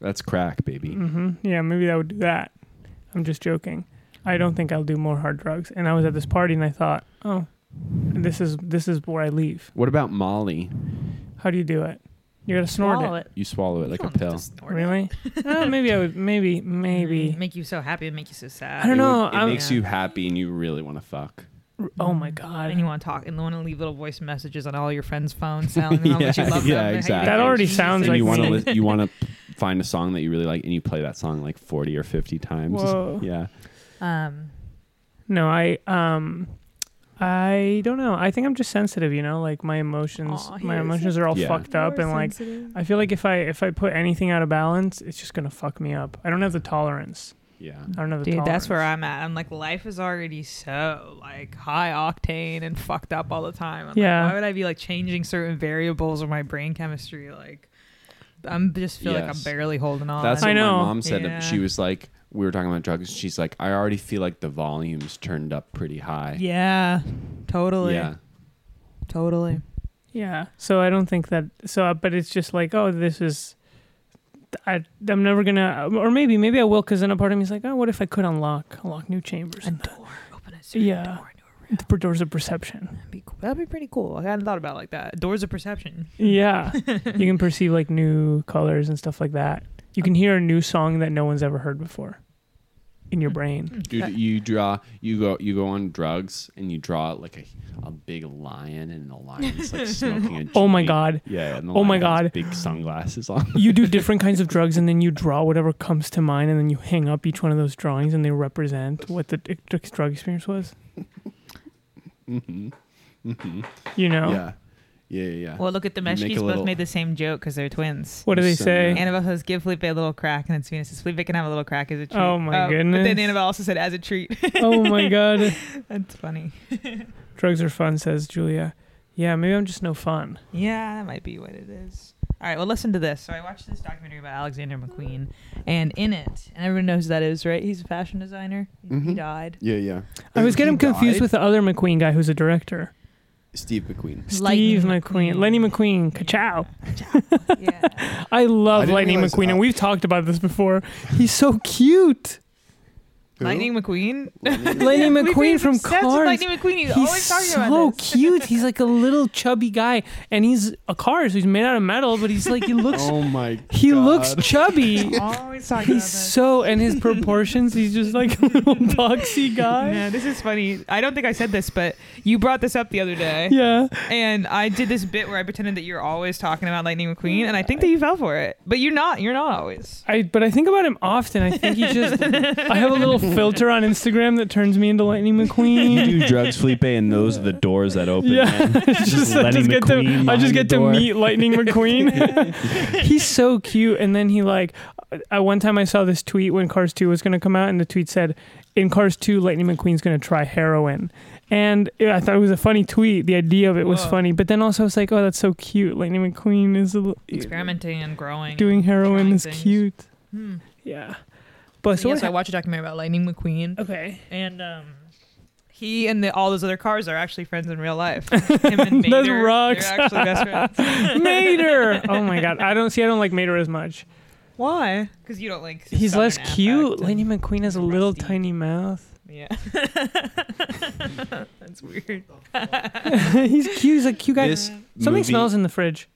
D: That's crack, baby.
B: hmm Yeah, maybe that would do that. I'm just joking. I don't think I'll do more hard drugs. And I was at this party and I thought, oh, this is this is where I leave.
D: What about Molly?
B: How do you do it? You gotta snort
C: swallow
B: it.
C: it.
D: You swallow it like a
B: Hmm,
C: You don't have to
D: pill.
C: snort it. Mm-hmm.
B: Really? oh, maybe I would. Maybe maybe.
C: Make you so happy and make you so sad.
B: I don't
D: It
B: know,
D: would- It,
B: I'm-
D: makes you happy, and you really want to fuck.
B: Oh my
C: Mm-hmm. And
B: god.
C: you want to talk and want to leave little voice messages on all your friends' phones telling them how much you
D: Yeah,
C: love
D: yeah,
C: them. and how you
D: exactly.
C: think
B: That already
C: they're
B: sounds
D: And
C: geniuses.
B: like
D: you want
B: me.
D: to li- you want to find a song that you really like, and you play that song like forty or fifty times.
B: Whoa.
D: Yeah,
C: Um,
B: No, I um. I don't know. I think I'm just sensitive, you know, like my emotions
C: Aw, he
B: my
C: is.
B: emotions are all
D: Yeah.
B: fucked up and like I feel like if I if I put anything out of balance, it's just gonna fuck me up. I don't have the tolerance.
D: yeah.
B: I don't have the
C: dude,
B: tolerance.
C: that's where I'm at. I'm like, life is already so like high octane and fucked up all the time. I'm
B: Yeah.
C: Like, why would I be like changing certain variables of my brain chemistry? Like, I'm just feel like I'm
D: Yes.
C: barely holding on.
D: That's
B: I
D: what
B: know.
D: my mom said.
C: Yeah.
D: That she was like, we were talking about drugs. She's like, I already feel like the volume's turned up pretty high.
C: yeah, totally,
D: Yeah.
C: totally.
B: Yeah. So I don't think that. So, uh, but it's just like, oh, this is. I, I'm never gonna, uh, or maybe, maybe I will, because then a part of me is like, oh, what if I could unlock, unlock new chambers,
C: A
B: and
C: door, open a certain
B: Yeah.
C: door into a room.
B: the doors of perception.
C: That'd be cool. That'd be pretty cool. I hadn't thought about it like that. Doors of perception.
B: Yeah, you can perceive like new colors and stuff like that. You can hear a new song that no one's ever heard before, in your brain.
D: Dude, you draw, you go, you go on drugs, and you draw like a, a big lion, and the lion's like smoking a.
B: Oh my
D: joint.
B: god.
D: Yeah. And the
B: Oh my
D: lion has
B: God.
D: Big sunglasses on.
B: You do different kinds of drugs, and then you draw whatever comes to mind, and then you hang up each one of those drawings, and they represent what the d- d- drug experience was. You know.
D: Mm-hmm. Yeah. Yeah. Yeah. yeah.
C: Well, look at the
D: make
C: Meshkis
D: a
C: both
D: little-
C: made the same joke because they're twins.
B: What do they
D: So,
B: say?
D: yeah.
C: Annabelle says, "Give Felipe a little crack," and then Venus says, "Felipe can have a little crack as a treat."
B: Oh, my
C: But
B: goodness.
C: then Annabelle also said, "As a treat."
B: oh my god.
C: That's funny.
B: Drugs are fun, says Julia. Yeah, maybe I'm just no fun.
C: Yeah, that might be what it is. All right, well, listen to this. So I watched this documentary about Alexander McQueen, and in it, and everyone knows who that is, right? He's a fashion designer. He- He
D: Mhm.
C: died.
D: yeah. Yeah.
B: I was getting
D: He died?
B: confused with the other McQueen guy who's a director.
D: Steve McQueen.
B: Steve
C: Lightning
B: McQueen.
C: McQueen.
B: Lenny McQueen. Ka-chow.
C: Yeah.
B: I
D: I
B: love
D: didn't
B: Lightning
D: realize-
B: McQueen, and we've talked about this before. He's so cute.
C: Lightning McQueen.
B: Lenny
C: We've been
B: McQueen from
C: obsessed with
B: Cars.
C: Lightning McQueen. He's,
B: He's
C: always talking
B: so
C: about this.
B: cute. He's like a little chubby guy, and he's a car, so he's made out of metal. But he's like he looks,
D: Oh my.
B: he
D: God.
B: looks chubby.
C: Always talking about
B: He's
C: this.
B: so, and his proportions, he's just like a little boxy guy.
C: Yeah, this is funny. I don't think I said this, but you brought this up the other day,
B: Yeah.
C: and I did this bit where I pretended that you're always talking about Lightning McQueen, and I think that you fell for it, but you're not. You're not always.
B: I but I think about him often. I think he just I have a little filter on Instagram that turns me into Lightning
D: You
B: McQueen.
D: do drugs, Felipe, and those are the doors that open.
B: Yeah.
D: man.
B: It's just, I
D: Lenny
B: just get to
D: McQueen
B: I just
D: behind the
B: get to
D: door.
B: meet Lightning McQueen. He's so cute, and then he like uh, at one time I saw this tweet when Cars 2 was going to come out, and the tweet said, "In Cars 2, Lightning McQueen's going to try heroin." And yeah, I thought it was a funny tweet. The idea of it was
C: Whoa.
B: funny, but then also I was like, "Oh, that's so cute. Lightning McQueen is a little,
C: experimenting and growing.
B: doing heroin
C: trying
B: is
C: things.
B: cute."
C: Hmm.
B: Yeah, but Oh, so
C: yes, I
B: what, Oh.
C: watched a documentary about Lightning McQueen,
B: okay,
C: and um, he and the, all those other cars are actually friends in real life. Him and
B: Those
C: Mater,
B: rocks.
C: They're actually best friends.
B: Mater. Oh my god, I don't see. I don't like Mater as much.
C: Why? Because you don't like. his
B: He's less
C: southern
B: cute.
C: affect
B: Lightning
C: and-
B: McQueen has a little
C: rusty.
B: tiny mouth.
C: Yeah. That's weird.
B: He's cute. He's a cute guy.
D: This
B: Something
D: movie-
B: smells in the fridge.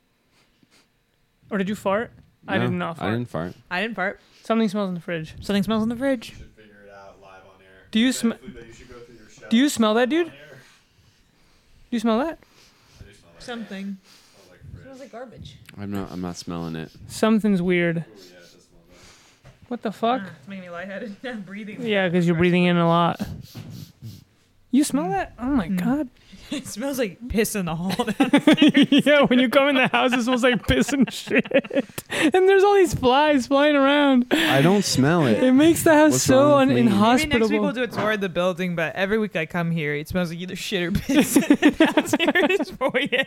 B: Or did you fart? I
D: No,
B: did not
D: I
B: fart.
D: didn't fart.
C: I didn't fart.
B: Something smells in the fridge.
C: Something smells in the fridge.
E: should figure it out live on air.
B: Do you sm- Do you smell that, dude? Do you smell that?
C: Something. Smells like garbage.
D: I'm not. I'm not smelling it.
B: Something's weird. What the fuck?
C: Ah, It's making me lightheaded. I'm breathing.
B: Yeah, because you're breathing in a lot. You smell that? Oh
C: Hmm.
B: my god.
C: It smells like piss in the hall.
B: yeah, when you come in the house, it smells like piss and shit. And there's all these flies flying around.
D: I don't smell it.
B: It makes the house
D: What's
B: so
D: wrong
B: un-
D: with me? Maybe next
C: Maybe next week we'll
B: inhospitable.
C: do a tour of the building, but every week I come here, it smells like either shit or piss downstairs foyer.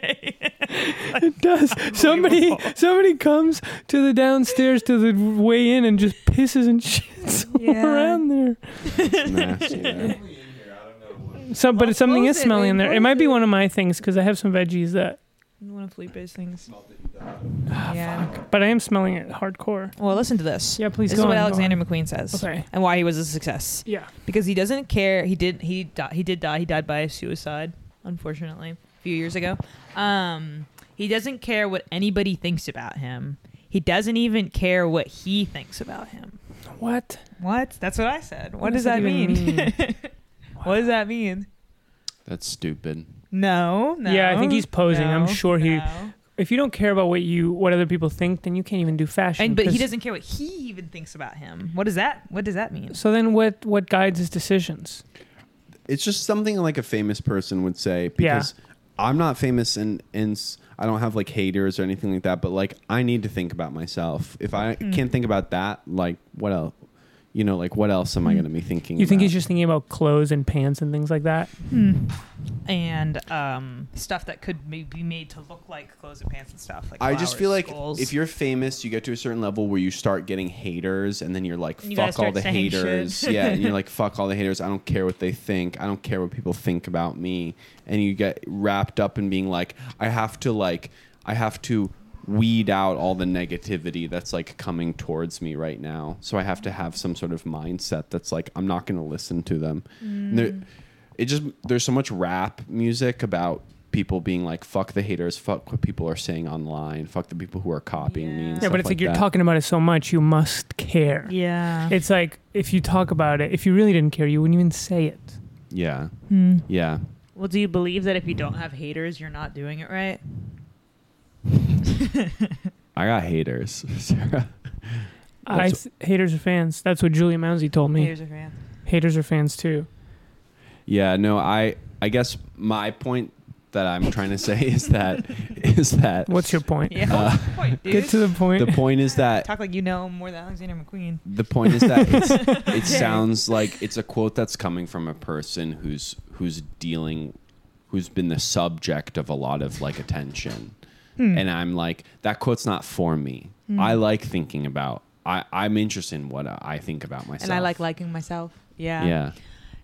B: It does. Somebody, somebody comes to the downstairs to the way in and just pisses and shits all
C: Yeah.
B: around there.
D: It's nasty. though.
B: So, but it's something
C: close
B: is
C: it,
B: smelling in
C: Wayne,
B: there. It
C: close
B: might be
C: it.
B: one of my things because I have some veggies that.
C: One of Felipe's things. yeah.
B: But I am smelling it hardcore.
C: Well, listen to this.
B: Yeah, please
C: This
B: go
C: is what
B: on, go
C: Alexander
B: on.
C: McQueen says,
B: Okay.
C: and why he was a success.
B: Yeah.
C: Because he doesn't care. He did. He di- he did die. He died by suicide, unfortunately, a few years ago. Um, he doesn't care what anybody thinks about him. He doesn't even care what he thinks about him.
B: What?
C: What? That's what I said. What,
B: What does
C: does
B: that
C: that mean?
B: even mean?
C: What does that mean?
D: That's stupid.
C: No, no.
B: Yeah, I think he's posing. I'm
C: no,
B: sure he-
C: no.
B: If you don't care about what you, what other people think, then you can't even do fashion.
C: And but he
B: 'cause-
C: doesn't care what he even thinks about him. What does that? What does that mean?
B: So then, what? What guides his decisions?
D: It's just something like a famous person would say because I'm not famous and and s- I don't have like haters or anything like that. But like I need to think about myself. If I
B: Mm.
D: can't think about that, like what else? You know, like what else am I going to be thinking?
B: Mm. You think
D: about?
B: he's just thinking about clothes and pants and things like that?
C: and um, stuff that could ma- be made to look like clothes and pants and stuff. Like
D: I just
C: flowers,
D: feel like
C: skulls.
D: if you're famous, you get to a certain level where you start getting haters, and then you're like,
C: And you gotta
D: "Fuck all
C: start
D: the
C: saying shit.
D: haters." yeah, and you're like, "Fuck all the haters." I don't care what they think. I don't care what people think about me. And you get wrapped up in being like, "I have to like, I have to weed out all the negativity that's like coming towards me right now." So I have to have some sort of mindset that's like, "I'm not going to listen to them." And there- it just there's so much rap music about people being like fuck the haters fuck what people are saying online fuck the people who are copying me and
B: Yeah,
D: stuff
B: but it's like, you're
D: that.
B: talking about it so much, you must care.
C: yeah,
B: It's like if you talk about it, if you really didn't care, you wouldn't even say it.
D: yeah
B: Hmm.
D: yeah
C: well, do you believe that if you don't have haters, you're not doing it right?
D: i got haters sarah
B: I
D: That's-
B: haters are fans. That's what Julia Mounsey told me.
C: Haters are fans.
B: Haters are fans too.
D: yeah no i i guess my point that i'm trying to say is that is that
B: What's your point?
C: Yeah,
D: uh,
C: what's the point, dude?
B: Get to the point.
D: the point is that
C: Talk like you know more than Alexander McQueen.
D: the point is that it's, it sounds like it's a quote that's coming from a person who's who's dealing who's been the subject of a lot of like attention
C: Hmm.
D: and i'm like that quote's not for me i like thinking about i i'm interested in what i think about myself
C: And I like liking myself. Yeah.
D: yeah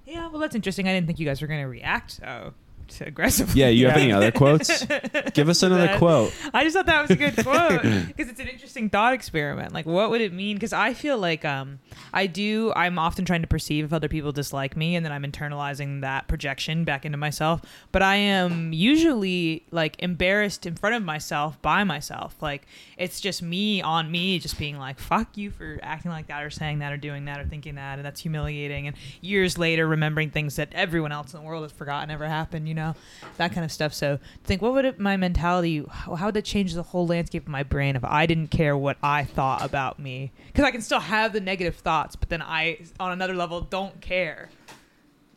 C: Yeah, well, that's interesting. I didn't think you guys were going to react so to aggressively.
D: yeah you have
B: Yeah.
D: any other quotes give us another
C: That-
D: quote
C: I just thought that was a good quote because it's an interesting thought experiment. Like, what would it mean? Because I feel like um, I do. I'm often trying to perceive if other people dislike me, and then I'm internalizing that projection back into myself. But I am usually like embarrassed in front of myself by myself. Like, it's just me on me, just being like, "Fuck you for acting like that, or saying that, or doing that, or thinking that," and that's humiliating. And years later, remembering things that everyone else in the world has forgotten ever happened. You know, that kind of stuff. So think what would it, my mentality how, how would that change the whole landscape of my brain if I didn't care what I thought about me because I can still have the negative thoughts but then I on another level don't care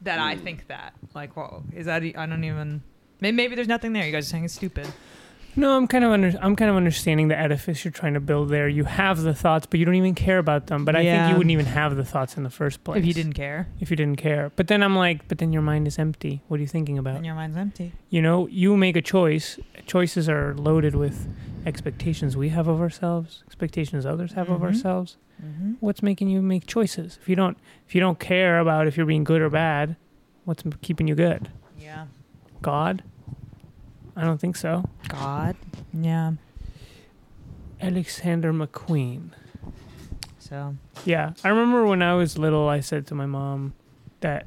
C: that I think that like whoa is that e- I don't even may- maybe there's nothing there you guys are saying it's stupid
B: No, I'm kind of under, I'm kind of understanding the edifice you're trying to build there. You have the thoughts, but you don't even care about them. But I think
C: Yeah.
B: you wouldn't even have the thoughts in the first place
C: If you didn't care,
B: If you didn't care. But then I'm like, but then your mind is empty. What are you thinking about?
C: and your mind's empty.
B: you know, you make a choice. Choices are loaded with expectations we have of ourselves, expectations others have of
C: Mhm.
B: ourselves.
C: Mm-hmm.
B: What's making you make choices? If you don't, if you don't care about if you're being good or bad, what's m- keeping you good?
C: Yeah.
B: God? I don't think so.
C: God. Yeah.
B: Alexander McQueen.
C: So
B: Yeah, I remember when I was little, I said to my mom that.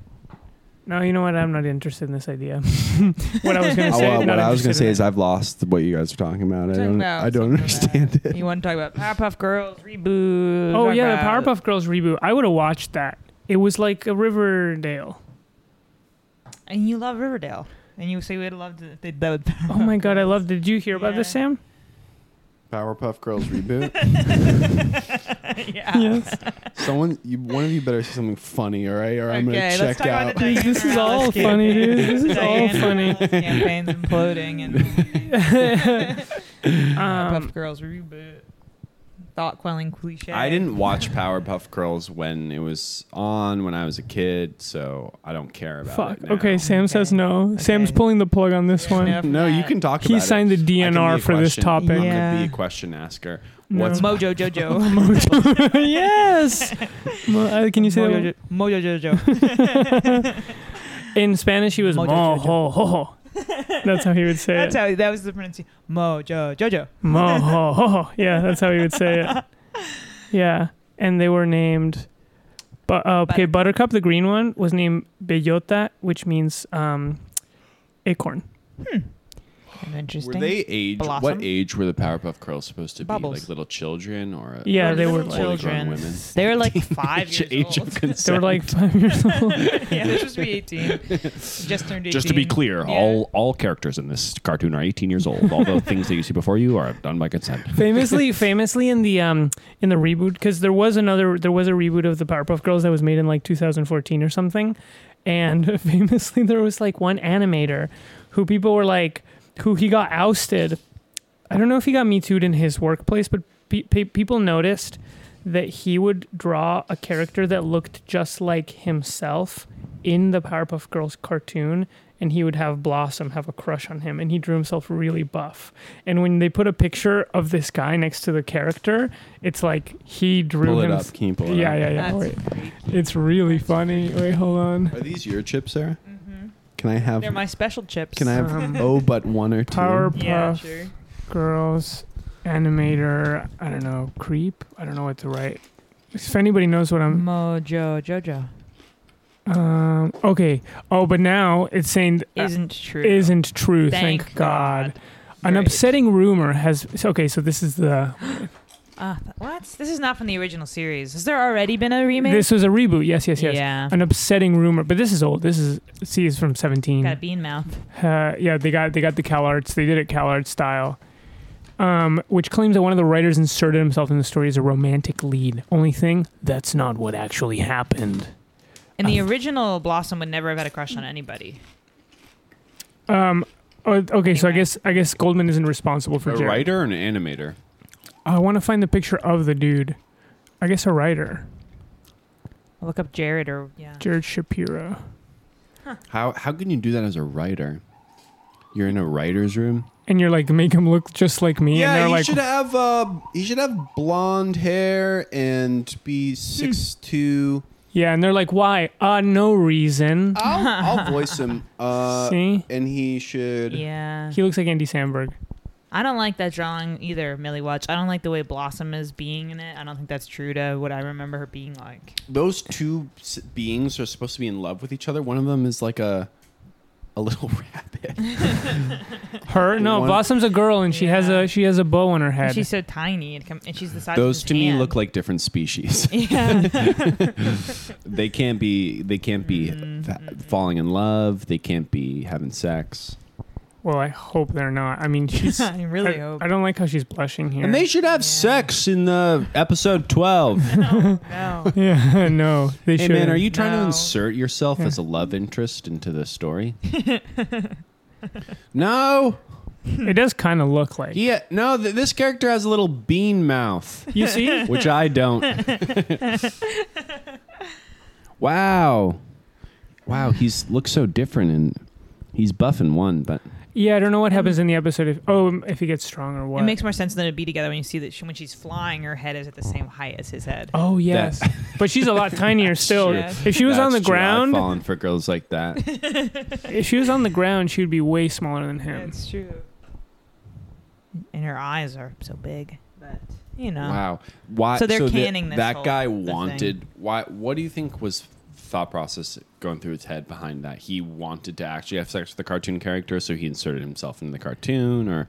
B: No, you know what? I'm not interested in this idea. what I was going to
D: I,
B: say.
D: well,
B: not
D: Oh, what I was gonna
B: interested
D: say
B: in
D: is
B: it.
D: I've lost what you guys are talking about. I
C: Talking
D: don't.
C: about
D: I don't
C: something
D: understand
C: about-
D: it.
C: you want to talk about Powerpuff Girls reboot?
B: Oh
C: talk
B: yeah,
C: about-
B: the Powerpuff Girls reboot. I would have watched that. It was like a Riverdale.
C: And you love Riverdale, and you say we'd love to. They, that would,
B: Oh my god, I love. Did you hear about this,
C: Yeah.
B: Sam?
F: Powerpuff Girls reboot.
C: yeah.
F: Someone, you, one of you better say something funny, all right? Or I'm
C: okay,
F: gonna
C: let's
F: check
C: talk
F: out.
C: About the Diana
B: This is
C: Morales
B: all
C: campaign.
B: funny, dude. This is all
C: Diana
B: funny.
C: Morales Campaigns imploding and Powerpuff
B: Um,
C: Girls reboot. Thought quelling cliche.
D: I didn't watch Powerpuff Girls when it was on when I was a kid, so I don't care about
B: fuck.
D: it. now.
B: Okay, Sam says no. Sam's
C: Okay.
B: pulling the plug on this one.
C: Yeah.
D: No, you can talk.
B: He
D: about
B: signed
D: it.
B: the
D: I can be a
B: DNR for this
D: question-
B: topic.
D: I
C: Yeah.
D: could be a question asker.
B: No.
D: What's
C: Mojo Jojo.
B: Mojo- yes. Mo- uh, Can you say that?
C: Mojo
B: one?
C: Jo- Mojo Jojo.
B: In Spanish, he was
C: Mojo
B: mojo.
C: Jojo.
B: ho, ho. That's how he would say
C: That's
B: it.
C: how that was the pronunciation. Mojo Jojo.
B: Mojo. ho, ho. Yeah, that's how he would say it. Yeah, and they were named. But uh, okay, Buttercup, the green one, was named Bellota, which means um, acorn.
D: were
C: Interesting.
D: they age?
C: Blossom?
D: What age were the Powerpuff Girls supposed to be?
C: Bubbles.
D: Like little children or
B: Yeah,
D: or
B: they were
D: full-grown
B: like-
C: children.
D: women.
C: They were like five
D: Age,
C: years
D: age
C: old.
D: of consent.
B: They were like five years old.
C: yeah, they should be eighteen. Just turned eighteen.
D: Just to be clear,
C: Yeah.
D: all all characters in this cartoon are 18 years old. All the things that you see before you are done by consent.
B: famously, famously in the um in the reboot, because there was another, there was a reboot of the Powerpuff Girls that was made in like 2014 or something, and famously there was like one animator who people were like, who he got ousted. I don't know if he got me too'd in his workplace, but pe- pe- people noticed that he would draw a character that looked just like himself in the Powerpuff Girls cartoon and he would have Blossom have a crush on him and he drew himself really buff. And when they put a picture of this guy next to the character, it's like he drew
D: Pull it
B: him
D: up. Can you pull it
B: Yeah,
D: up?
B: yeah, yeah.
C: That's
B: Wait.
C: freaky.
B: It's really funny. Wait, hold on.
F: Are these your chips, Sarah? Can I have?
C: They're my special chips.
F: Can I have?
B: Um,
F: oh, but one or two.
B: Power
C: Yeah,
B: Puff
C: sure.
B: Girls animator, I don't know, creep. I don't know what to write. If anybody knows what I'm
C: Mojo Jojo
D: Uh,
C: Mm-hmm.
B: um okay. Oh, but now it's saying uh,
C: isn't true.
B: isn't true. Thank,
C: Thank
B: God.
C: God.
B: An
C: Great.
B: upsetting rumor has. so- Okay, so this is the.
C: Ah, th- what? This is not from the original series. Has there already been a remake?
B: This was a reboot. Yes, yes, yes.
C: Yeah.
B: An upsetting rumor, but this is old. This is see, is from seventeen.
C: Got a bean mouth.
B: Uh, yeah, they got they got the CalArts. They did it CalArts style, um, which claims that one of the writers inserted himself in the story as a romantic lead. Only thing that's not what actually happened.
C: And the original Blossom would never have had a crush on anybody.
B: Um, oh, okay, so I
C: Anyway.
B: guess I guess Goldman isn't responsible for
D: A
B: Jared.
D: writer and an animator.
B: I want to find the picture of the dude. I guess a writer,
C: I'll look up Jared or yeah.
B: Jared Shapiro.
D: How how can you do that as a writer? You're in a writer's room.
B: And you're like, make him look just like me. and
F: Yeah,
B: they're
F: he
B: like,
F: should have. Uh, he should have blonde hair and be six
B: Hmm.
F: two.
B: Yeah, and they're like, why? Uh, no reason.
F: I'll, I'll voice him. Uh,
B: See?
F: and he should.
C: Yeah.
B: He looks like Andy Samberg.
C: I don't like that drawing either, Millie Watch. I don't like the way Blossom is being in it. I don't think that's true to what I remember her being like.
D: Those two s- beings are supposed to be in love with each other. One of them is like a a little rabbit.
B: Her? No,
F: One-
B: Blossom's a girl and she has
C: Yeah.
B: a she has a bow on her head.
C: And she's so tiny and, com- and she's the size
D: Those
C: of his
D: to me
C: hand.
D: look like different species.
C: Yeah.
D: they can't be they can't be
B: Mm-hmm.
D: fa- falling in love. They can't be having sex.
B: well, I hope they're not. I mean, she's
C: I really
B: I,
C: hope.
B: I don't like how she's blushing here.
D: And they should have
C: Yeah.
D: sex in the episode 12.
C: no.
B: yeah, no, they
D: hey
B: should.
D: man, are you trying
C: No.
D: to insert yourself
B: Yeah.
D: as a love interest into the story? no.
B: It does kind of look like.
D: Yeah, no, th- this character has a little bean mouth,
B: You see?
D: which I don't. wow. Wow, he's looks so different and he's buffing one, but
B: Yeah, I don't know what happens in the episode if oh if he gets strong or what.
C: It makes more sense than it'd be together when you see that she, when she's flying, her head is at the same height as his head.
B: oh yes, but she's a lot tinier still.
C: true.
B: If she was on the
D: That's true. I've
B: ground,
D: fallen for girls like that.
B: if she was on the ground, she would be way smaller than him.
C: That's true. And her eyes are so big, but you know.
D: Wow. Why?
C: So they're
D: the-
C: canning this
D: That
C: whole
D: guy
C: thing.
D: wanted. Why? What do you think was thought process going through his head behind that? He wanted to actually have sex with the cartoon character, so he inserted himself into the cartoon, or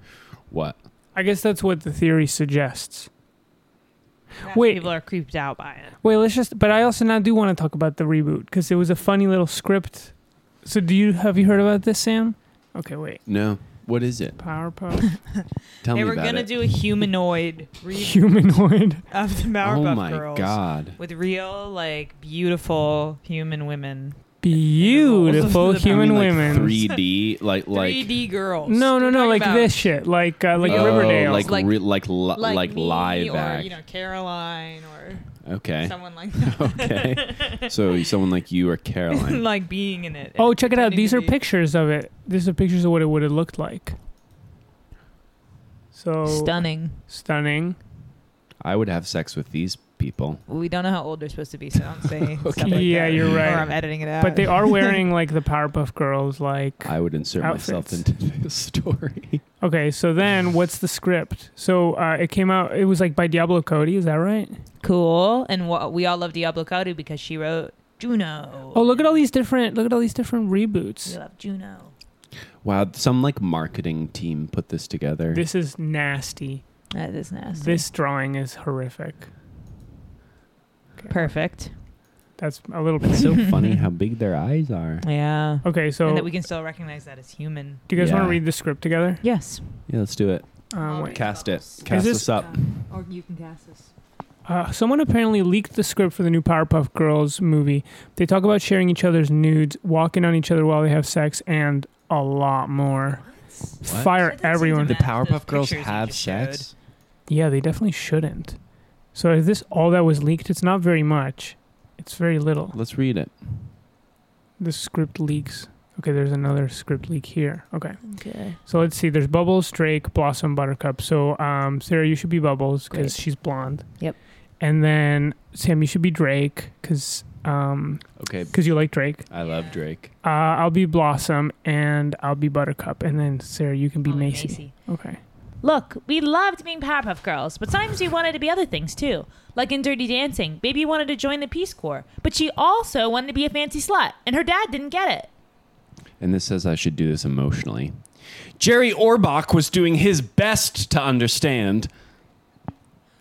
D: what?
B: I guess that's what the theory suggests.
C: Perhaps
B: Wait.
C: people are creeped out by it.
B: Wait, let's just. But I also now do want to talk about the reboot because it was a funny little script. So do you have you heard about this, Sam? Okay, wait.
D: No. What is it?
B: Powerpuff
D: Tell
C: they
D: me
C: were
D: about
C: gonna
D: it.
C: do a humanoid reboot
B: humanoid.
C: of the
D: oh
C: Powerpuff
D: my
C: Girls
D: god.
C: with real, like, beautiful human women,
B: Beautiful
C: I
B: human
D: I mean,
B: women.
D: Like 3D, like like
C: 3D girls.
B: no, no, no,
C: We're talking
B: like
C: about
B: this shit, like uh, like
D: oh,
B: Riverdale.
D: like
C: Like-
D: like re- like, li- like,
C: me
D: live
C: or,
D: act.
C: you know, Caroline or
D: okay.
C: someone like that.
D: okay. So someone like you or Caroline.
C: like being in it.
B: oh,
C: and
B: check it out.
C: pretending
B: These
C: to
B: are
C: be-
B: pictures of it. These are pictures of what it would have looked like. So
C: Stunning.
B: stunning.
D: I would have sex with these people.
C: We don't know how old they're supposed to be, so don't say stuff like
B: Yeah,
C: that.
B: you're
C: Or
B: right.
C: I'm editing it out.
B: But they are wearing like the Powerpuff Girls. Like
D: I would insert myself
B: Outfits.
D: into this story.
B: okay, so then what's the script? So uh, it came out. It was like by Diablo Cody. Is that right?
C: cool. And wha- we all love Diablo Cody because she wrote Juno.
B: Oh, look at all these different. Look at all these different
C: We
B: reboots.
C: love Juno.
D: Wow, some like marketing team put this together.
B: This is nasty.
C: That is nasty.
B: This drawing is horrific.
C: perfect.
B: That's a little bit.
D: it's so funny how big their eyes are.
C: Yeah.
B: Okay, Oh, so
C: and that
B: do
C: we can still recognize that as human.
B: you guys want
D: Yeah.
B: to read the script together?
C: Yes.
D: Yeah, let's do it.
B: Um, wait.
D: Cast it. Cast
B: this-
D: us up.
G: or you can cast us.
B: Uh, someone apparently leaked the script for the new Powerpuff Girls movie. They talk about sharing each other's nudes, walking on each other while they have sex, and a lot more. Fire
C: That doesn't
B: everyone.
C: match
D: The
C: those
D: Powerpuff Girls
C: pictures you
D: have
C: just
D: sex.
B: yeah, they definitely shouldn't. So is this all that was leaked? It's not very much. It's very little.
D: Let's read it.
B: The script leaks. Okay, there's another script leak here. Okay.
C: Okay.
B: So let's see. There's Bubbles, Drake, Blossom, Buttercup. So um, Sarah, you should be Bubbles
C: Great.
B: because she's blonde.
C: Yep.
B: And then Sam, you should be Drake because
D: Okay.
B: because you like Drake.
D: I love Drake.
B: Uh, I'll be Blossom and I'll be Buttercup, and then Sarah, you can be
C: Probably
B: Macy. Okay.
G: Look, we loved being Powerpuff Girls, but sometimes we wanted to be other things too. Like in Dirty Dancing, Baby wanted to join the Peace Corps, but she also wanted to be a fancy slut, and her dad didn't get it.
D: And this says I should do this emotionally. Jerry Orbach was doing his best to understand.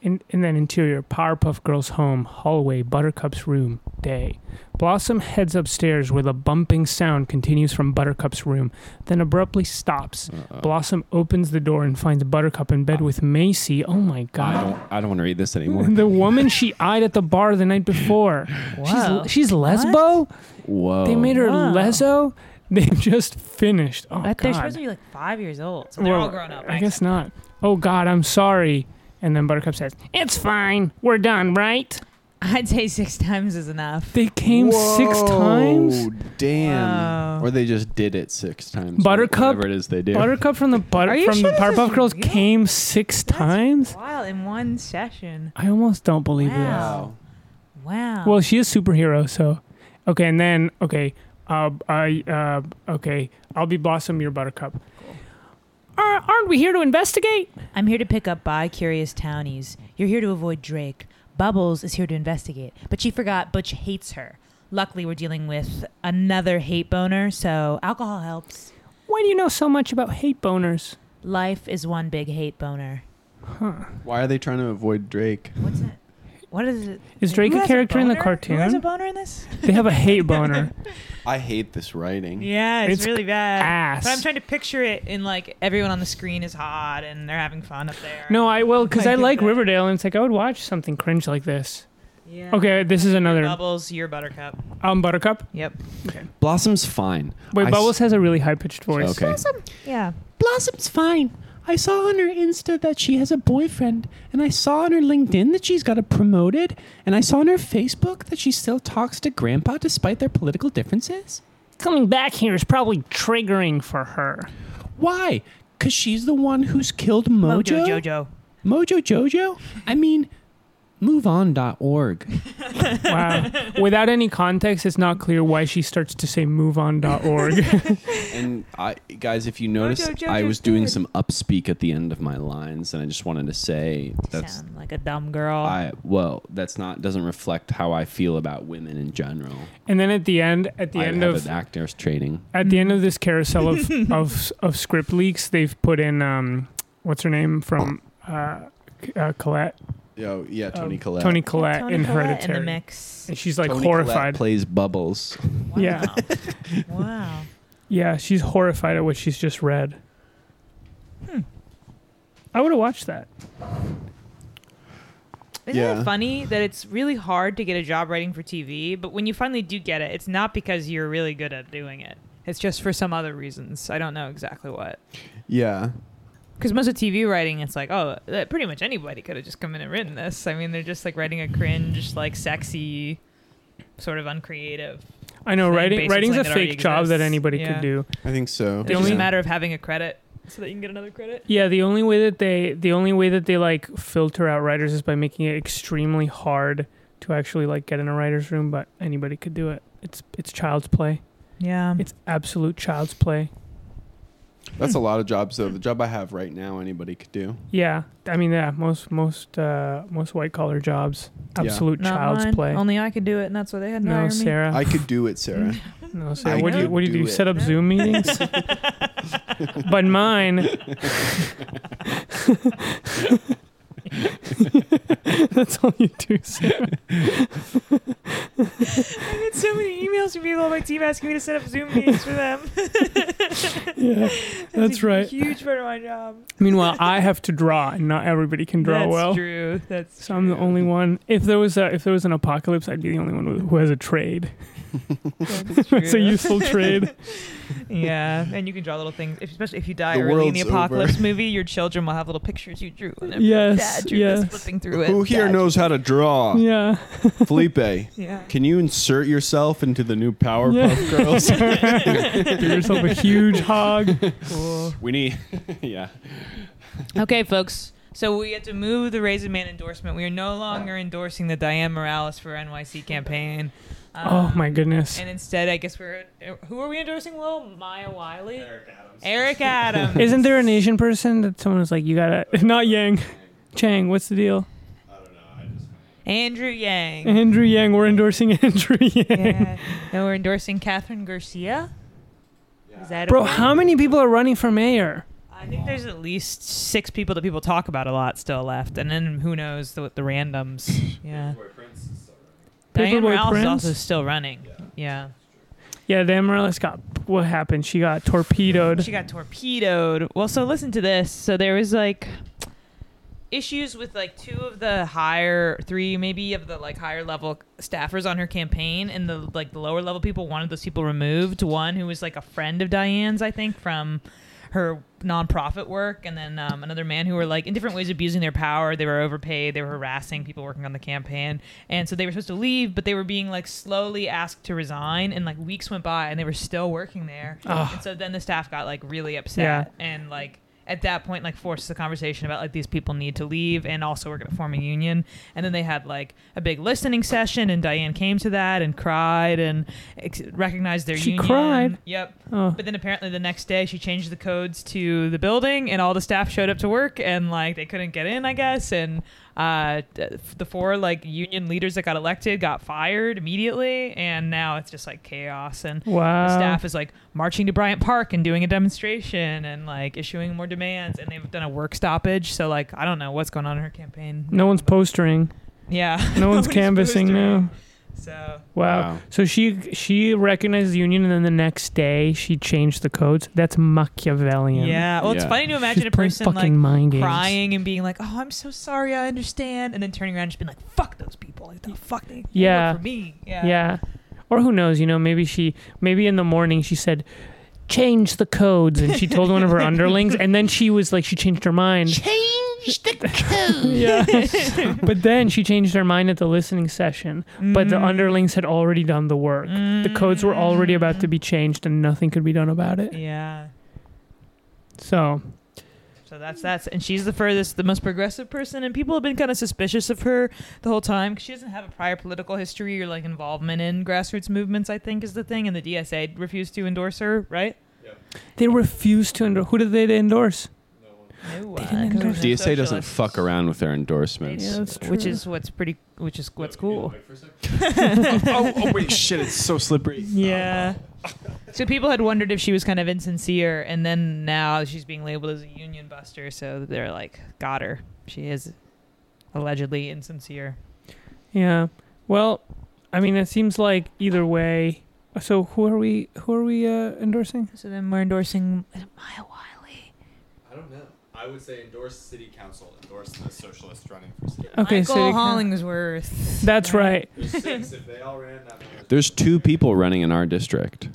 B: And, and then interior Powerpuff Girls home hallway Buttercup's room day. Blossom heads upstairs where the bumping sound continues from Buttercup's room, then abruptly stops. Blossom opens the door and finds Buttercup in bed with Macy. Oh my
D: I
B: god.
D: don't I don't want to read this anymore.
B: The woman she eyed at the bar the night before.
C: Wow.
B: She's she's lesbo?
D: Whoa.
B: They made her
C: Wow.
B: leso? They just finished. Oh
C: But they're
B: god.
C: supposed to be like five years old. So they're
B: Well,
C: all grown up.
B: I guess not. Oh God, I'm sorry. And then Buttercup says, "It's fine. We're done, right?"
C: I'd say six times is enough.
B: They came six times.
F: Whoa, Damn.
C: Wow.
F: Or they just did it six times.
B: Buttercup-
F: Whatever it is they do.
B: Buttercup from the butter
C: Are you
B: from
C: sure
B: the
C: this
B: Powerpuff
C: is
B: Girls
C: real?
B: came six times.
C: Wow, in one session.
B: I almost don't believe
C: Wow. Wow.
B: this. Well, she is superhero, so okay. And then okay, uh, I uh, okay, I'll be Blossom, your Buttercup. Are, aren't we here to investigate?
G: I'm here to pick up bi curious townies. You're here to avoid Drake. Bubbles is here to investigate, but she forgot Butch hates her. Luckily, we're dealing with another hate boner, so alcohol helps.
B: Why do you know so much about hate boners?
G: Life is one big hate boner.
F: Why are they trying to avoid Drake?
G: What's it? What is it?
B: Is Drake
C: Who
B: a
C: has
B: character in the
C: boner? Who has
B: cartoon?
C: a boner in this?
B: They have a hate boner.
F: I hate this writing.
C: Yeah, it's,
B: It's
C: really bad.
B: ass.
C: But I'm trying to picture it in like everyone on the screen is hot and they're having fun up there.
B: No, I will because
C: I
B: I
C: get
B: like
C: that.
B: Riverdale, and it's like I would watch something cringe like this.
C: Yeah.
B: Okay, this is another
C: Bubbles, your buttercup.
B: um Buttercup.
C: Yep.
D: Blossom's fine.
B: Wait,
D: I s-
B: Bubbles has a really high pitched voice.
D: Okay.
C: Yeah.
H: Blossom's fine. I saw on her Insta that she has a boyfriend, and I saw on her LinkedIn that she's got a promoted, and I saw on her Facebook that she still talks to Grandpa despite their political differences.
B: Coming back here is probably triggering for her.
H: Why? Because she's the one who's killed Mojo?
C: Mojo Jojo.
H: Mojo Jojo? I mean, moveon.org.
B: Wow. Without any context, it's not clear why she starts to say moveon.org.
D: And I, guys, if you notice,
C: Jojo's
D: I was doing
C: good.
D: some upspeak at the end of my lines, and I just wanted to say that's
G: Sound like a dumb girl.
D: I well, that's not doesn't reflect how I feel about women in general.
B: and then at the end, at the
D: I
B: end
D: have
B: of
D: an actor's training.
B: at the end of this carousel of of, of script leaks, they've put in um, what's her name from uh, uh, Colette,
D: Oh yeah,
B: Tony Um,
D: Collette.
B: Tony Collette
G: Tony
B: in
G: Collette in
B: Hereditary,
G: the mix.
B: and she's like horrified.
D: plays Bubbles.
G: Wow.
B: Yeah.
G: wow.
B: Yeah, she's horrified at what she's just read. Hmm. I would have watched that.
G: Isn't
F: Yeah.
G: it
C: Funny that it's really hard to get a job writing for TV, but when you finally do get it, it's not because you're really good at doing it. It's just for some other reasons. I don't know exactly what.
F: Yeah.
C: Because most of TV writing, it's like, oh, that pretty much anybody could have just come in and written this. I mean, they're just like writing a cringe, like sexy, sort of uncreative.
B: I know
C: Thing based
B: writing writing's a
C: on something that already
B: fake job that
C: exists.
B: anybody
C: Yeah.
B: could do.
F: I think so.
B: The
C: It's just
B: only-
C: a matter of having a credit so that you can get another credit.
B: Yeah, the only way that they the only way that they like filter out writers is by making it extremely hard to actually like get in a writer's room, but anybody could do it. It's it's child's play.
G: Yeah.
B: It's absolute child's play.
F: That's a lot of jobs though. The job I have right now anybody could do.
B: Yeah. I mean, yeah, most most uh most white collar jobs
F: Yeah.
B: absolute child's play.
G: Only I could do it, and that's why they had to
B: no,
G: hire
B: Sarah.
F: I could do it, Sarah.
B: No, Sarah.
F: I
B: What do you
F: could
B: what do you do?
F: do
B: You
F: it.
B: Set up Zoom meetings. but mine. That's all you do. Sarah.
C: I get so many emails from people on my team asking me to set up Zoom meetings for them.
B: Yeah, that's right.
C: Huge part of my job.
B: Meanwhile, I have to draw, and not everybody can draw
C: That's
B: well.
C: true. That's
B: So I'm the only one. If there was a, if there was an apocalypse, I'd be the only one who- who has a trade. it's a useful trade.
C: yeah, and you can draw little things, if, especially if you die
F: The
C: early in
F: world's
C: the
F: over.
C: apocalypse movie. Your children will have little pictures you drew. And they'll be like,
B: Yes,
C: Dad drew this,"
B: yes.
C: flipping through it.
F: Who here
C: Dad-
F: knows how to draw?
B: Yeah.
F: Felipe,
C: Yeah.
F: can you insert yourself into the new Powerpuff
B: Yeah.
F: Girls?
B: Give yourself a huge hog.
D: We need, yeah.
C: Okay, folks. So we had to move the Raisin Man endorsement. We are no longer endorsing the Diane Morales for NYC campaign.
B: Oh
C: Um,
B: my goodness.
C: And instead, I guess we're uh, who are we endorsing? Will Maya Wiley, Eric Adams. Eric Adams.
B: Isn't there an Asian person that someone was like, you gotta not Yang, Chang? What's the deal?
C: Andrew Yang?
B: Andrew Yang. We're endorsing Andrew Yang.
C: yeah. And we're endorsing Catherine Garcia. Is that
B: Bro,
C: okay?
B: how many people are running for mayor?
C: I think there's at least six people that people talk about a lot still left, and then who knows the, the randoms? Yeah. Diane
B: Paperboy
C: Morales is
B: Prince?
C: also still running. Yeah.
B: Yeah, Dan Morales got what happened? She got torpedoed.
C: She got torpedoed. Well, so listen to this. So there was like issues with like two of the higher three maybe of the like higher level staffers on her campaign and the like the lower level people wanted those people removed one who was like a friend of diane's i think from her nonprofit work and then um, another man who were like in different ways abusing their power they were overpaid they were harassing people working on the campaign and so they were supposed to leave but they were being like slowly asked to resign and like weeks went by and they were still working there and so then the staff got like really upset and like at that point like forced the conversation about like these people need to leave and also we're going to form a union and then they had like a big listening session and diane came to that and cried and ex- recognized their
B: She
C: union
B: cried?
C: yep
B: Oh.
C: but then apparently the next day she changed the codes to the building and all the staff showed up to work and like they couldn't get in i guess and uh, d- the four like union leaders that got elected got fired immediately and now it's just like chaos and
B: Wow.
C: the staff is like marching to Bryant Park and doing a demonstration and like issuing more demands and they've done a work stoppage so like I don't know what's going on in her campaign.
B: No one's postering.
C: Yeah.
B: No one's
C: Nobody's
B: canvassing
C: postering.
B: now.
C: So
B: Wow.
D: Wow.
B: So she she recognized the union, and then the next day she changed the codes. That's Machiavellian.
C: yeah, well it's
D: Yeah.
C: funny to imagine
B: She's
C: a
B: playing
C: person
B: fucking
C: like
B: mind games.
C: crying and being like, "Oh, I'm so sorry. I understand," and then turning around and just being like, "Fuck those people. Like, the fuck they, they work
B: Yeah.
C: for me." Yeah.
B: Yeah. Or who knows? You know, maybe she maybe in the morning she said, change the codes and she told one of her underlings and then she was like she changed her mind
A: Change the code.
B: yeah but then she changed her mind at the listening session but the underlings had already done the work the codes were already about to be changed and nothing could be done about it
C: Yeah.
B: so
C: So that's that's and she's the furthest, the most progressive person, and people have been kind of suspicious of her the whole time 'cause she doesn't have a prior political history or like involvement in grassroots movements. I think is the thing, and the DSA refused to endorse her, right?
B: they refused to endorse who did they endorse
C: No,
B: They didn't endorse
D: DSA doesn't fuck around with their endorsements.
B: that's
C: which is what's pretty, which is what's cool.
F: oh, oh, wait, shit, it's so slippery.
C: Yeah. so people had wondered if she was kind of insincere, and then now she's being labeled as a union buster. So they're like, got her. She is allegedly insincere.
B: yeah well i mean it seems like either way so who are we who are we uh, endorsing
C: So then we're endorsing Maya Wiley.
E: I don't know. I would say endorse city council, endorse the socialist running for city.
B: okay
C: Michael
B: so
C: Hollingsworth.
B: that's right
E: There's six. if they all ran, that means
D: There's two people running in our district.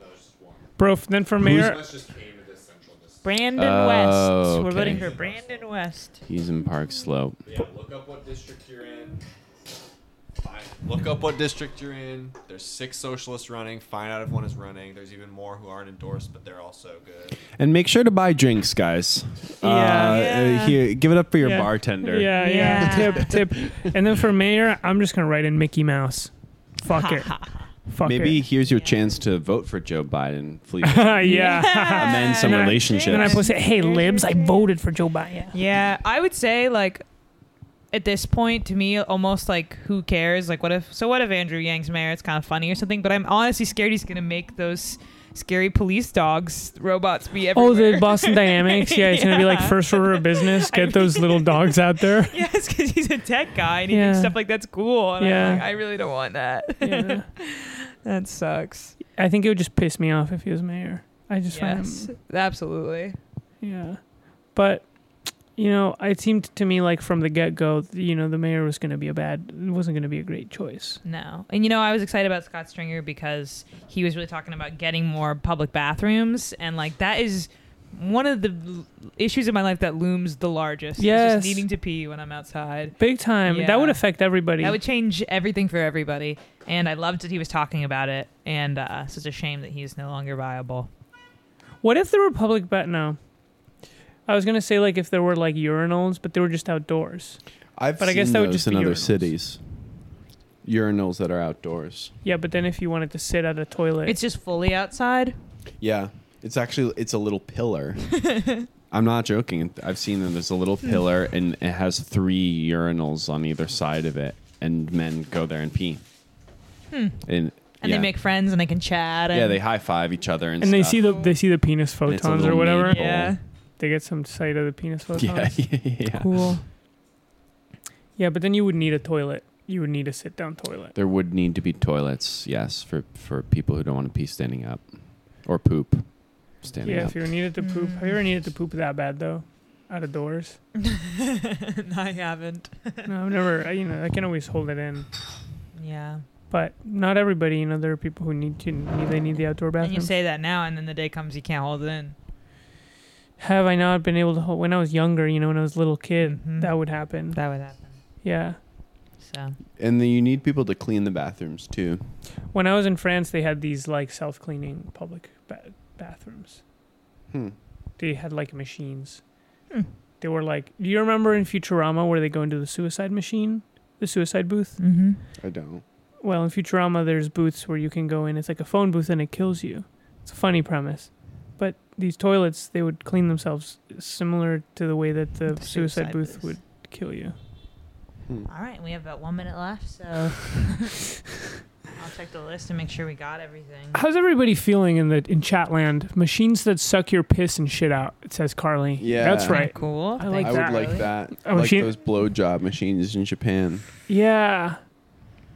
E: there's just one.
B: bro f- then for mayor
E: Let's just aim at this central district.
C: Brandon
D: Oh,
C: West. We're voting
D: okay.
C: for Brandon West.
D: He's in Park Slope.
E: Yeah, look up what district you're in. Find, look up what district you're in. There's six socialists running. Find out if one is running. There's even more who aren't endorsed, but they're also good.
F: And make sure to buy drinks, guys. Yeah. Uh,
C: Yeah.
F: Here, give it up for your
B: Yeah.
F: bartender.
B: Yeah, yeah.
G: Yeah.
B: Tip, tip. And then for mayor, I'm just gonna write in Mickey Mouse. Fuck it. Fuck
D: Maybe
B: it.
D: here's your chance to vote for Joe Biden. Flee
B: yeah.
D: amend some
B: And then I-
D: relationships.
B: and I post it. Hey, libs, I voted for Joe Biden.
C: Yeah, I would say like at this point to me almost like who cares? Like what if so what if Andrew Yang's mayor it's kind of funny or something, but I'm honestly scared he's going to make those scary police dogs robots be everywhere.
B: Oh, the Boston Dynamics. Yeah, it's gonna be like
C: Yeah.
B: first order of business. Get those little dogs out there.
C: Yes, because he's a tech guy and he
B: Yeah.
C: thinks stuff like that's cool. And
B: Yeah.
C: I'm like, I really don't want that.
B: Yeah.
C: that sucks.
B: I think it would just piss me off if he was mayor. I just
C: Yes,
B: find him.
C: absolutely.
B: Yeah. But you know, it seemed to me like from the get go, you know, the mayor was gonna be a bad, wasn't gonna be a great choice.
C: No. And you know, I was excited about Scott Stringer because he was really talking about getting more public bathrooms and like that is one of the l- issues in my life that looms the largest. is
B: Yes.
C: just needing to pee when I'm outside.
B: Big time.
C: Yeah.
B: That would affect everybody.
C: That would change everything for everybody. And I loved that he was talking about it. And uh, so it's a shame that he is no longer viable.
B: What if the Republic bet no? I was gonna say like if there were like urinals, but they were just outdoors.
D: I've
B: But I guess
D: seen
B: that would
D: those
B: just
D: in
B: be
D: other
B: urinals.
D: cities. Urinals that are outdoors.
B: Yeah, but then if you wanted to sit at a toilet,
C: It's just fully outside.
D: Yeah, it's actually it's a little pillar. I'm not joking. I've seen them. There's a little
B: Hmm.
D: pillar, and it has three urinals on either side of it, and men go there and pee.
B: Hmm.
D: And,
C: And
D: yeah.
C: they make friends and they can chat. And
D: yeah, they high five each other and,
B: and they
D: stuff.
B: see the they see the penis
D: And it's a
B: photons or
D: little
B: whatever,
D: maple.
C: Yeah.
B: they get some sight of the penis photons.
D: yeah, yeah, yeah.
C: Cool.
B: Yeah, but then you would need a toilet. You would need a sit down toilet.
D: There would need to be toilets, yes, for for people who don't want to pee standing up or poop standing
B: Yeah,
D: up.
B: if you needed to poop, have you ever needed to poop that bad though? Out of doors?
C: no, I haven't.
B: No, I've never. I, you know, I can always hold it in,
C: Yeah.
B: but not everybody. You know, there are people who need to need, they need the outdoor
C: And you
B: bathroom.
C: say that now, and then the day comes you can't hold it in.
B: Have I not been able to hold when I was younger? You know, when I was a little kid,
D: Mm-hmm.
C: Mhm.
B: that would happen.
C: That would happen.
B: Yeah.
C: So
D: And then you need people to clean the bathrooms too.
B: When I was in France, they had these like self cleaning public ba- bathrooms.
D: Hmm.
B: They had like machines.
C: Hmm.
B: They were like, do you remember in Futurama where they go into the suicide machine, the suicide booth?
C: mm-hmm.
D: I don't.
B: Well, in Futurama, there's booths where you can go in. It's like a phone booth and it kills you. It's a funny premise. But these toilets, they would clean themselves similar to the way that the,
C: The
B: suicide,
C: suicide
B: booth,
C: booth.
B: would kill you.
D: Hmm.
G: All right, we have about one minute left, so I'll check the list and make sure we got everything.
B: How's everybody feeling in the in Chatland? Machines that suck your piss and shit out. It says Carly.
D: Yeah.
B: that's right.
C: cool.
B: I like
D: I
B: that.
D: would like that.
B: A
D: like
B: machine-
D: those blowjob machines in Japan,
B: Yeah.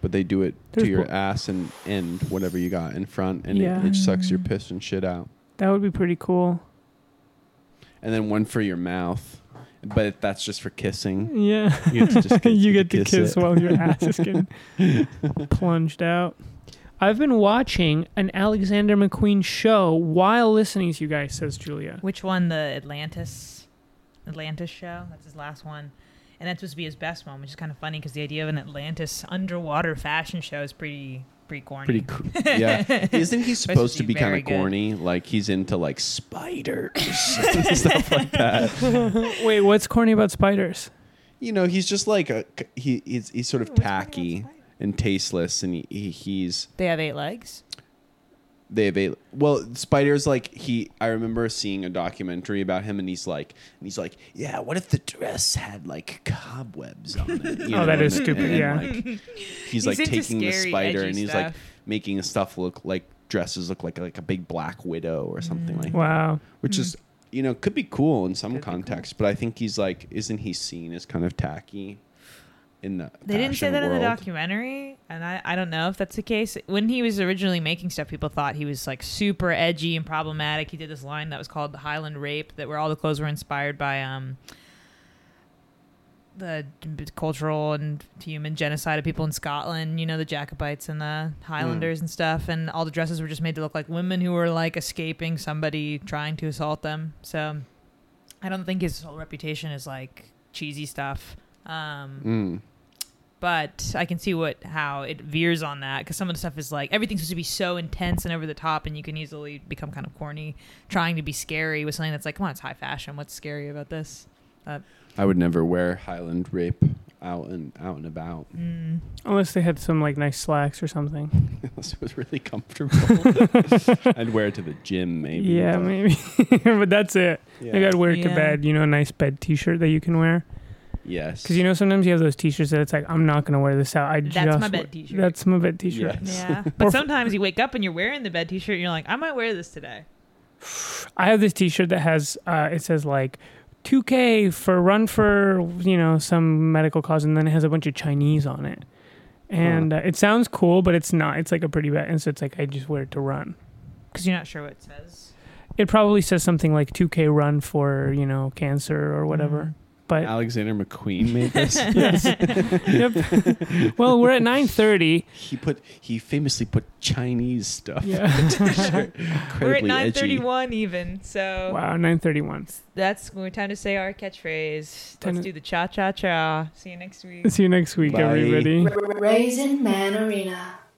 D: but they do it
B: There's
D: to your
B: blo-
D: ass and end whatever you got in front, and it-
B: Yeah.
D: it, sucks your piss and shit out.
B: That would be pretty cool.
D: And then one for your mouth, but that's just for kissing.
B: Yeah.
D: You get to, just
B: you get to kiss,
D: it.
B: while your ass is getting plunged out. I've been watching an Alexander McQueen show while listening to you guys, says Julia.
C: Which one? The Atlantis, Atlantis show. That's his last one, and that's supposed to be his best one, which is kind of funny because the idea of an Atlantis underwater fashion show is pretty pretty corny.
D: Pretty cool. Yeah. Isn't he supposed to
C: be
D: be kind
C: very
D: of
C: good.
D: corny? Like he's into like spiders.
B: Wait, what's corny about spiders?
D: you know, he's just like a he. He's, he's sort of tacky and tasteless, and he, he, he's
C: They have eight legs.
D: they have a well spiders like he i remember seeing a documentary about him and he's like and he's like yeah what if the dress had like cobwebs on it you
B: Oh, that
D: and
B: is
D: then-
B: stupid,
D: and,
B: yeah.
D: like, he's, like
I: into
D: taking the
I: scary,
D: spider
I: edgy
D: and he's like
I: stuff.
D: making stuff look like dresses look like like a big black widow or something like that
B: Wow.
D: which is you know could be cool in some context but i think he's like isn't he seen as kind of tacky in the
C: They didn't say
D: fashion
C: that in the
D: world?
C: documentary, and I, I don't know if that's the case. When he was originally making stuff, people thought he was like super edgy and problematic. He did this line that was called Highland Rape, that where all the clothes were inspired by um the cultural and human genocide of people in Scotland, you know, the Jacobites and the Highlanders
D: Hmm.
C: and stuff, and all the dresses were just made to look like women who were like escaping somebody trying to assault them. So I don't think his whole reputation is like cheesy stuff. Um
D: Mm.
C: but I can see what how it veers on that because some of the stuff is like everything's supposed to be so intense and over the top, and you can easily become kind of corny trying to be scary with something that's like, come on, it's high fashion. What's scary about this?
D: i would never wear highland rape out and out and about
C: Mm.
B: Unless they had some like nice slacks or something.
D: unless it was really comfortable. I'd wear it to the gym, maybe.
B: yeah,
D: but-
B: maybe. but that's it. Maybe
D: Yeah.
B: I'd wear it
C: Yeah.
B: to bed. You know, a nice bed T-shirt that you can wear.
D: Yes.
B: Because you know, sometimes you have those T-shirts that it's like, I'm not gonna wear this out. I
C: That's
B: just
C: my bed
B: wear-
C: t-shirt.
B: That's my bed T-shirt.
D: Yes.
C: Yeah,
B: Or-
C: but sometimes you wake up and you're wearing the bed T-shirt, and you're like, I might wear this today.
B: I have this T-shirt that has uh, it says like 2K for run for you know some medical cause, and then it has a bunch of Chinese on it. And uh, it sounds cool, but it's not. It's like a pretty bad, and so it's like I just wear it to run.
C: Because you're not sure what it says.
B: It probably says something like 2K run for you know cancer or whatever. But
D: Alexander McQueen made this.
B: yep. well, we're at 9:30.
D: he put he famously put Chinese stuff.
B: Yeah.
C: We're at
D: Incredibly
C: nine
D: edgy.
C: thirty-one, even so
B: Wow, 9:31.
C: that's when we're time to say our catchphrase.
B: Ten-
C: Let's do the cha cha cha. See you next week.
B: See you next week,
D: Bye.
B: everybody.
J: Raisin Man Arena.